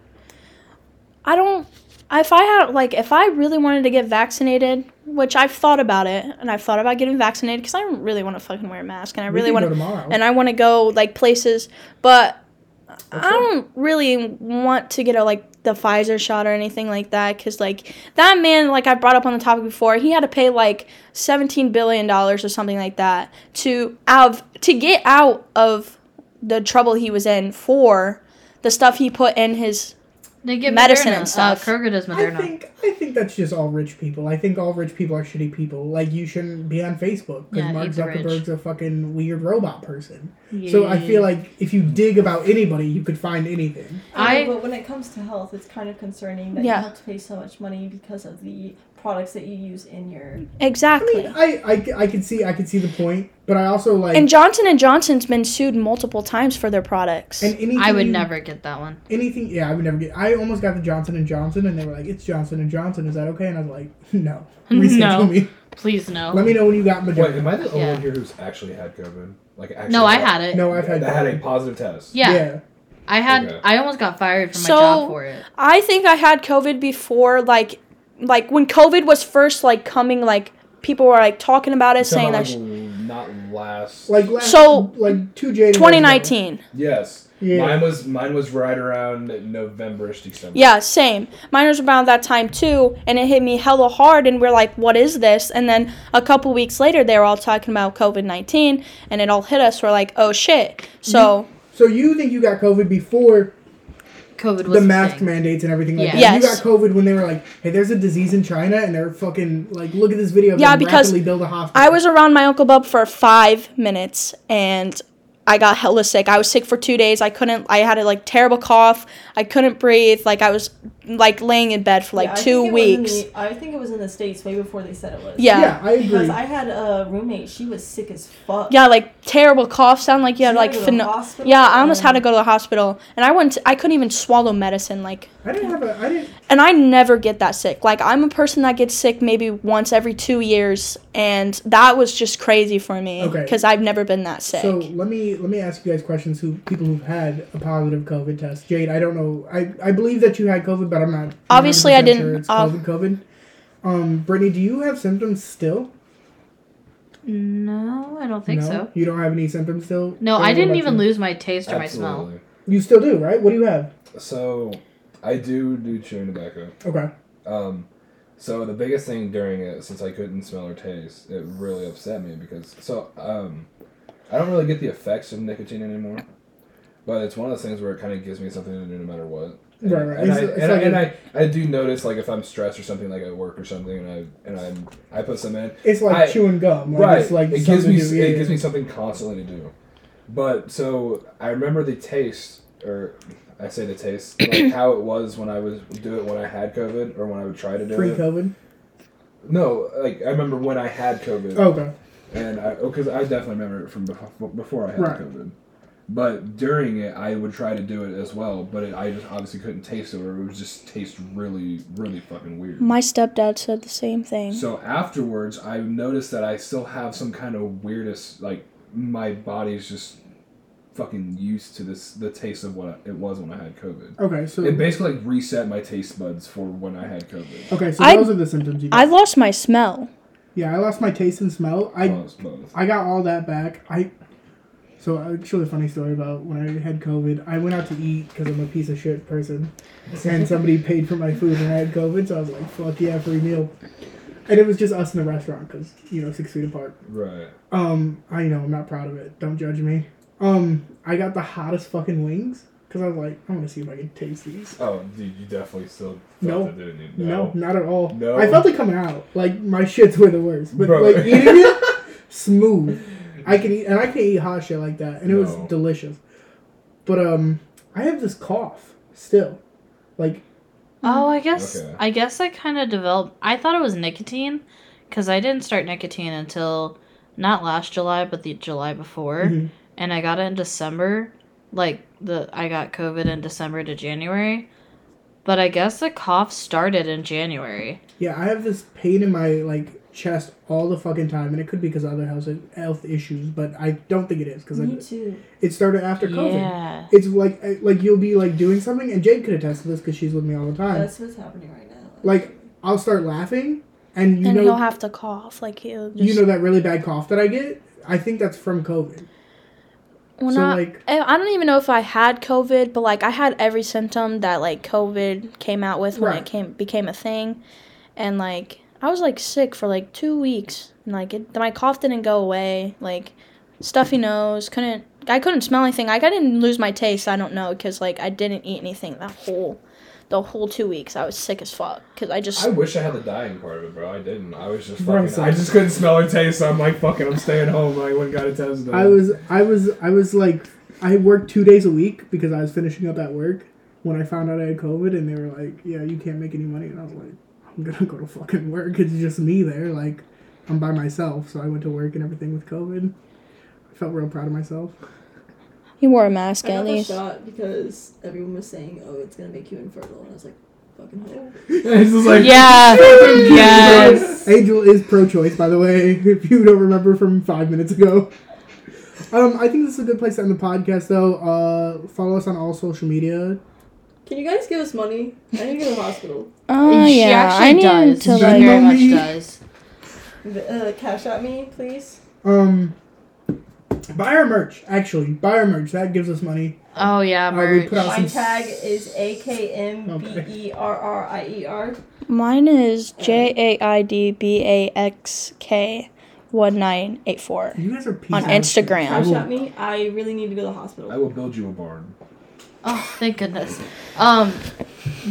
S1: I don't. if I had like if I really wanted to get vaccinated, which I've thought about it and I've thought about getting vaccinated because I don't really want to fucking wear a mask and I
S2: We
S1: really
S2: can
S1: want
S2: go tomorrow.
S1: and I want to go like places, but I
S2: fine.
S1: don't really want to get a like the Pfizer shot or anything like that because like that man like I brought up on the topic before he had to pay like seventeen billion dollars or something like that to out of, to get out of the trouble he was in for the stuff he put in his
S4: They get
S1: Medicine
S4: Moderna.
S1: and stuff.
S4: Uh, Kroger does
S2: I
S4: Moderna.
S2: think I think that's just all rich people. I think all rich people are shitty people. Like you shouldn't be on Facebook because
S4: Yeah,
S2: Mark
S4: he's rich.
S2: Zuckerberg's a fucking weird robot person. So I feel like if you dig about anybody, you could find anything.
S4: I-
S3: but when it comes to health, it's kind of concerning that
S1: Yeah.
S3: you have to pay so much money because of the products that you use in your.
S2: I
S1: exactly.
S2: mean, I, I, I can see I can see the point, but I also like
S1: and Johnson and Johnson's been sued multiple times for their products.
S2: and anything
S4: I would
S2: you-
S4: never get that one.
S2: anything. Yeah, I would never get. I almost got the Johnson and Johnson, and they were like, "It's Johnson and Johnson. Is that okay?" And I was like, (laughs) "No, reschedule
S4: No.
S2: me.
S4: Please no.
S2: Let me know when you got
S5: Wait,
S2: Moderna."
S5: am I the only
S4: Yeah.
S5: one here who's actually had COVID? Like, actually
S4: no, I had it.
S2: no, I've had
S5: that had a positive test.
S4: Yeah,
S2: yeah.
S4: I had.
S5: Okay.
S4: I almost got fired from
S1: So-
S4: my job for it.
S1: I think I had COVID before, like, like when COVID was first like coming, like people were like talking about it,
S5: So
S1: saying that.
S5: not, like,
S1: sh-
S5: not last.
S2: Like last,
S1: So,
S2: like two January
S1: 2019.
S5: yes,
S2: Yeah.
S5: mine was mine was right around Novemberish December.
S1: Yeah, same. Mine was around that time too, and it hit me hella hard. And we're like, "What is this?" And then a couple weeks later, they were all talking about COVID 19, and it all hit us. We're like, "Oh shit!" So
S2: So you think you got COVID before
S4: COVID was
S2: the
S4: a
S2: mask
S4: thing.
S2: mandates and everything like
S4: Yeah.
S2: that?
S1: Yes.
S2: You got COVID when they were like, "Hey, there's a disease in China," and they're fucking like, "Look at this video." of
S1: Yeah,
S2: them
S1: because
S2: rapidly build a hospital.
S1: I was around my Uncle Bub for five minutes and I got hella sick. I was sick for two days. I couldn't, I had a like terrible cough. I couldn't breathe. Like I was like laying in bed for like
S3: Yeah, I
S1: two
S3: think it was in
S1: weeks.
S3: the- I think it was in the states way before they said it was.
S1: yeah.
S2: Yeah,
S1: yeah.
S2: I agree.
S3: Because I had a roommate, she was sick as fuck.
S1: like terrible cough sound like you had
S3: She
S1: like
S3: had to go to the
S1: pheno-
S3: hospital
S1: Yeah, I almost had to
S3: and-
S1: go to the hospital and I went I couldn't even swallow medicine like
S2: I didn't have a. I didn't.
S1: and I never get that sick. Like I'm a person that gets sick maybe once every 2 years and that was just crazy for me
S2: Okay.
S1: cuz I've never been that sick.
S2: So let me let me ask you guys questions. Who people who've had a positive COVID test? Jade, I don't know. I I believe that you had COVID, but I'm not.
S1: Obviously, I
S2: 100%
S1: didn't,
S2: Sure it's
S1: uh,
S2: COVID. COVID. Um, Brittany, do you have symptoms still?
S4: No, I don't think
S2: no?
S4: so.
S2: You don't have any symptoms still.
S4: No,
S2: Don't
S4: I
S2: know
S4: didn't
S2: about
S4: even
S2: you.
S4: lose my taste or my smell.
S5: Absolutely.
S2: You still do, right? What do you have?
S5: So, I do do chewing tobacco.
S2: Okay.
S5: Um, so the biggest thing during it, since I couldn't smell or taste, it really upset me because so um, I don't really get the effects of nicotine anymore. But it's one of those things where it kind of gives me something to do no matter what. And,
S2: Right, right.
S5: And,
S2: It's-
S5: I,
S2: it's
S5: and,
S2: like
S5: I, and
S2: a-
S5: I, I do notice like if I'm stressed or something like at work or something and I and I'm I put some in.
S2: It's like
S5: I-
S2: chewing gum. Like,
S5: right.
S2: It's like
S5: it gives
S2: something
S5: me
S2: to do-
S5: it
S2: yeah.
S5: gives me something constantly to do. But so I remember the taste, or I say the
S2: (coughs)
S5: taste, like how it was when I was do it when I had COVID or when I would try to do
S2: Free
S5: it.
S2: COVID.
S5: No, like I remember when I had COVID,
S2: Okay.
S5: and I because I definitely remember it from before, before I had
S2: Right.
S5: COVID. But during it, I would try to do it as well, but it, I just obviously couldn't taste it, or it would just taste really, really fucking weird.
S1: My stepdad said the same thing.
S5: So afterwards, I noticed that I still have some kind of weirdest, like my body's just fucking used to this, the taste of what it was when I had COVID.
S2: Okay. So
S5: It basically like reset my taste buds for when I had COVID.
S2: okay. So
S1: I-
S2: those are the symptoms you. Got.
S1: I lost my smell.
S2: yeah, I lost my taste and smell. I
S5: Well, it's both.
S2: I got all that back. I so actually a funny story about when I had COVID. I went out to eat because I'm a piece of shit person, and
S5: (laughs)
S2: somebody paid for my food when I had COVID. So I was like, "Fuck yeah, free meal." And it was just us in the restaurant because you know six feet apart.
S5: Right.
S2: Um, I know I'm not proud of it. Don't judge me. Um, I got the hottest fucking wings because I was like, I want to see if I can taste these.
S5: Oh, dude, you definitely still felt
S2: No.
S5: it, didn't you?
S2: No, not at all.
S5: No.
S2: I felt it coming out. Like my (laughs) shits were the worst, but
S5: Bro.
S2: like eating it,
S5: (laughs)
S2: smooth. I can eat and I can eat hot shit like that, and it
S5: No.
S2: was delicious. But um, I have this cough still. Like
S4: Oh,
S2: Mm.
S4: I guess
S5: Okay.
S4: I guess I kind of developed. I thought it was nicotine because I didn't start nicotine until not last July, but the July before,
S2: Mhm.
S4: and I got it in December. Like the I got COVID in December to January, But I guess the cough started in January.
S2: Yeah, I have this pain in my like chest all the fucking time, and it could be because of other health health issues, but I don't think it is because
S3: Me too.
S2: it started after COVID.
S4: Yeah.
S2: It's like like you'll be like doing something, and Jade could attest to this because she's with me all the time.
S3: That's what's happening right now.
S2: um, like I'll start laughing, and you
S1: and
S2: know
S1: he'll have to cough. Like he'll just.
S2: you know that really bad cough that I get. I think that's from COVID.
S1: Well,
S2: So,
S1: not,
S2: like-
S1: I I don't even know if I had COVID, but like I had every symptom that like COVID came out with when
S2: Right.
S1: it came became a thing, and like I was like sick for like two weeks, and like it, my cough didn't go away, like stuffy nose, couldn't I couldn't smell anything. Like I didn't lose my taste. I don't know because like I didn't eat anything that whole the whole two weeks. I was sick as fuck because I just
S5: I wish I had the dying part of it, bro. I didn't. I was just
S2: Bro,
S5: fucking.
S2: so-
S5: I just couldn't smell or taste. So I'm like, fucking. I'm staying home. I went and got a test. done.
S2: I
S5: (laughs)
S2: was I was I was like I worked two days a week because I was finishing up at work when I found out I had COVID, and they were like, "Yeah, you can't make any money," and I was like, "I'm gonna go to fucking work. It's just me there. Like, I'm by myself." So I went to work and everything with COVID. I felt real proud of myself.
S1: he wore a mask
S7: I got
S1: at
S7: the
S1: least.
S7: shot because everyone was saying, "Oh, it's gonna make you infertile," and I was like, "Fucking hell!"
S2: it's just like
S4: Yeah. yes.
S2: Angel is pro-choice, by the way. (laughs) If you don't remember from five minutes ago. Um, I think this is a good place to end the podcast, though. Uh, follow us on all social media.
S7: Can you guys give us money? I need to go to the hospital.
S1: Oh
S4: she
S1: yeah,
S4: actually
S1: I need
S4: does.
S1: to
S4: she
S2: like-
S4: very
S2: Venmo
S4: much
S2: me.
S4: does.
S7: Uh, cash at me, please.
S2: Um, buy our merch. Actually, buy our merch. That gives us money.
S4: Oh yeah,
S2: Uh, we
S4: merch.
S2: put out
S7: My
S2: some
S7: tag is A K M B E R R I E R.
S1: Mine is J A I D B A X K one nine eight four.
S2: You guys are pieces
S1: On
S2: of shit.
S1: Instagram.
S2: I
S7: Cash
S2: will-
S7: at me. I really need to go to the hospital.
S5: I will build you a barn.
S4: Oh thank goodness. Um,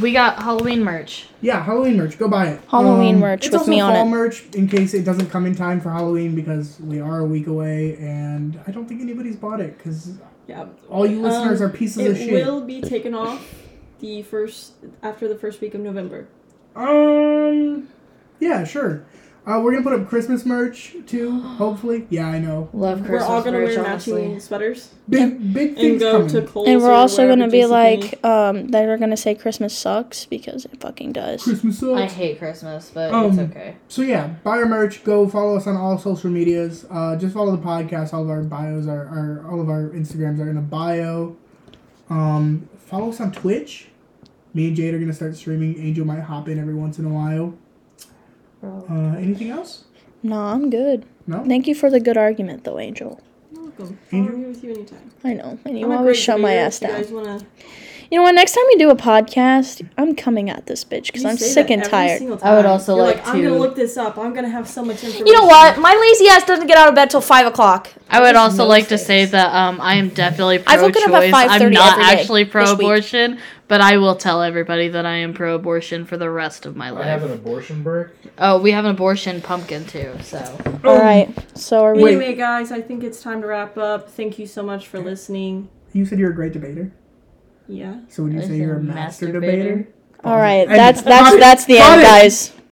S4: we got Halloween merch.
S2: Yeah, Halloween merch. Go buy it. Um,
S1: Halloween merch
S2: it's
S1: with
S2: also
S1: me on
S2: fall
S1: it.
S2: merch in case it doesn't come in time for Halloween because we are a week away, and I don't think anybody's bought it because
S7: Yeah.
S2: all you listeners
S7: Um,
S2: are pieces of
S7: It
S2: shit.
S7: will be taken off the first after the first week of November.
S2: Um. Yeah, sure. Uh, we're gonna put up Christmas merch too. Hopefully. Yeah, I know.
S4: Love Christmas
S7: We're all gonna
S4: merch,
S7: wear
S4: honestly.
S7: matching sweaters
S2: Big big
S7: and
S2: things
S7: go
S2: coming.
S7: to Kohl's.
S1: And we're
S7: or
S1: also
S7: wherever
S1: gonna be
S7: JCPenney.
S1: like, um, that we're gonna say Christmas sucks because it fucking does.
S2: Christmas
S4: I
S2: sucks.
S4: hate Christmas, but
S2: Um,
S4: it's okay.
S2: So yeah, buy our merch. Go follow us on all social medias. Uh, just follow the podcast. All of our bios are, are all of our Instagrams are in the bio. Um, follow us on Twitch. Me and Jade are gonna start streaming. Angel might hop in every once in a while. Uh, anything else?
S1: No, I'm good.
S2: No.
S1: Thank you for the good argument, though, Angel.
S7: You're welcome. I'll
S2: Angel?
S7: be with you anytime.
S1: I know, and
S7: I'm
S1: you
S7: a
S1: always
S7: great
S1: shut my
S7: debater if
S1: ass
S7: you
S1: down.
S7: guys wanna-
S1: You know what? Next time we do a podcast, I'm coming at this bitch because
S7: you
S1: I'm
S7: say
S1: sick
S7: that
S1: and
S7: every
S1: tired.
S7: single
S4: I would
S7: time.
S4: also
S7: You're
S4: like
S7: I'm
S4: to-
S7: gonna look this up. I'm gonna have so much information.
S1: You know what? My lazy ass doesn't get out of bed till five o'clock.
S4: I would
S7: just
S4: also like to
S7: noticed.
S4: say that um, I am definitely
S1: I've woken up at
S4: pro-choice. I'm
S1: 5:30
S4: not
S1: every day
S4: actually
S1: this week.
S4: pro-abortion, but I will tell everybody that I am pro-abortion for the rest of my
S6: I have
S4: life.
S6: an abortion break.
S4: Oh, we have an abortion pumpkin too, so
S1: All right. So are we?
S7: Anyway, guys, I think it's time to wrap up. Thank you so much for listening.
S2: You said you're a great debater.
S7: Yeah.
S2: So would you
S4: I
S2: say
S4: say
S2: you're a master
S4: master
S2: debater?
S4: debater.
S1: All right.
S2: And-
S1: That's that's that's the
S2: Got
S1: end,
S2: it.
S1: guys.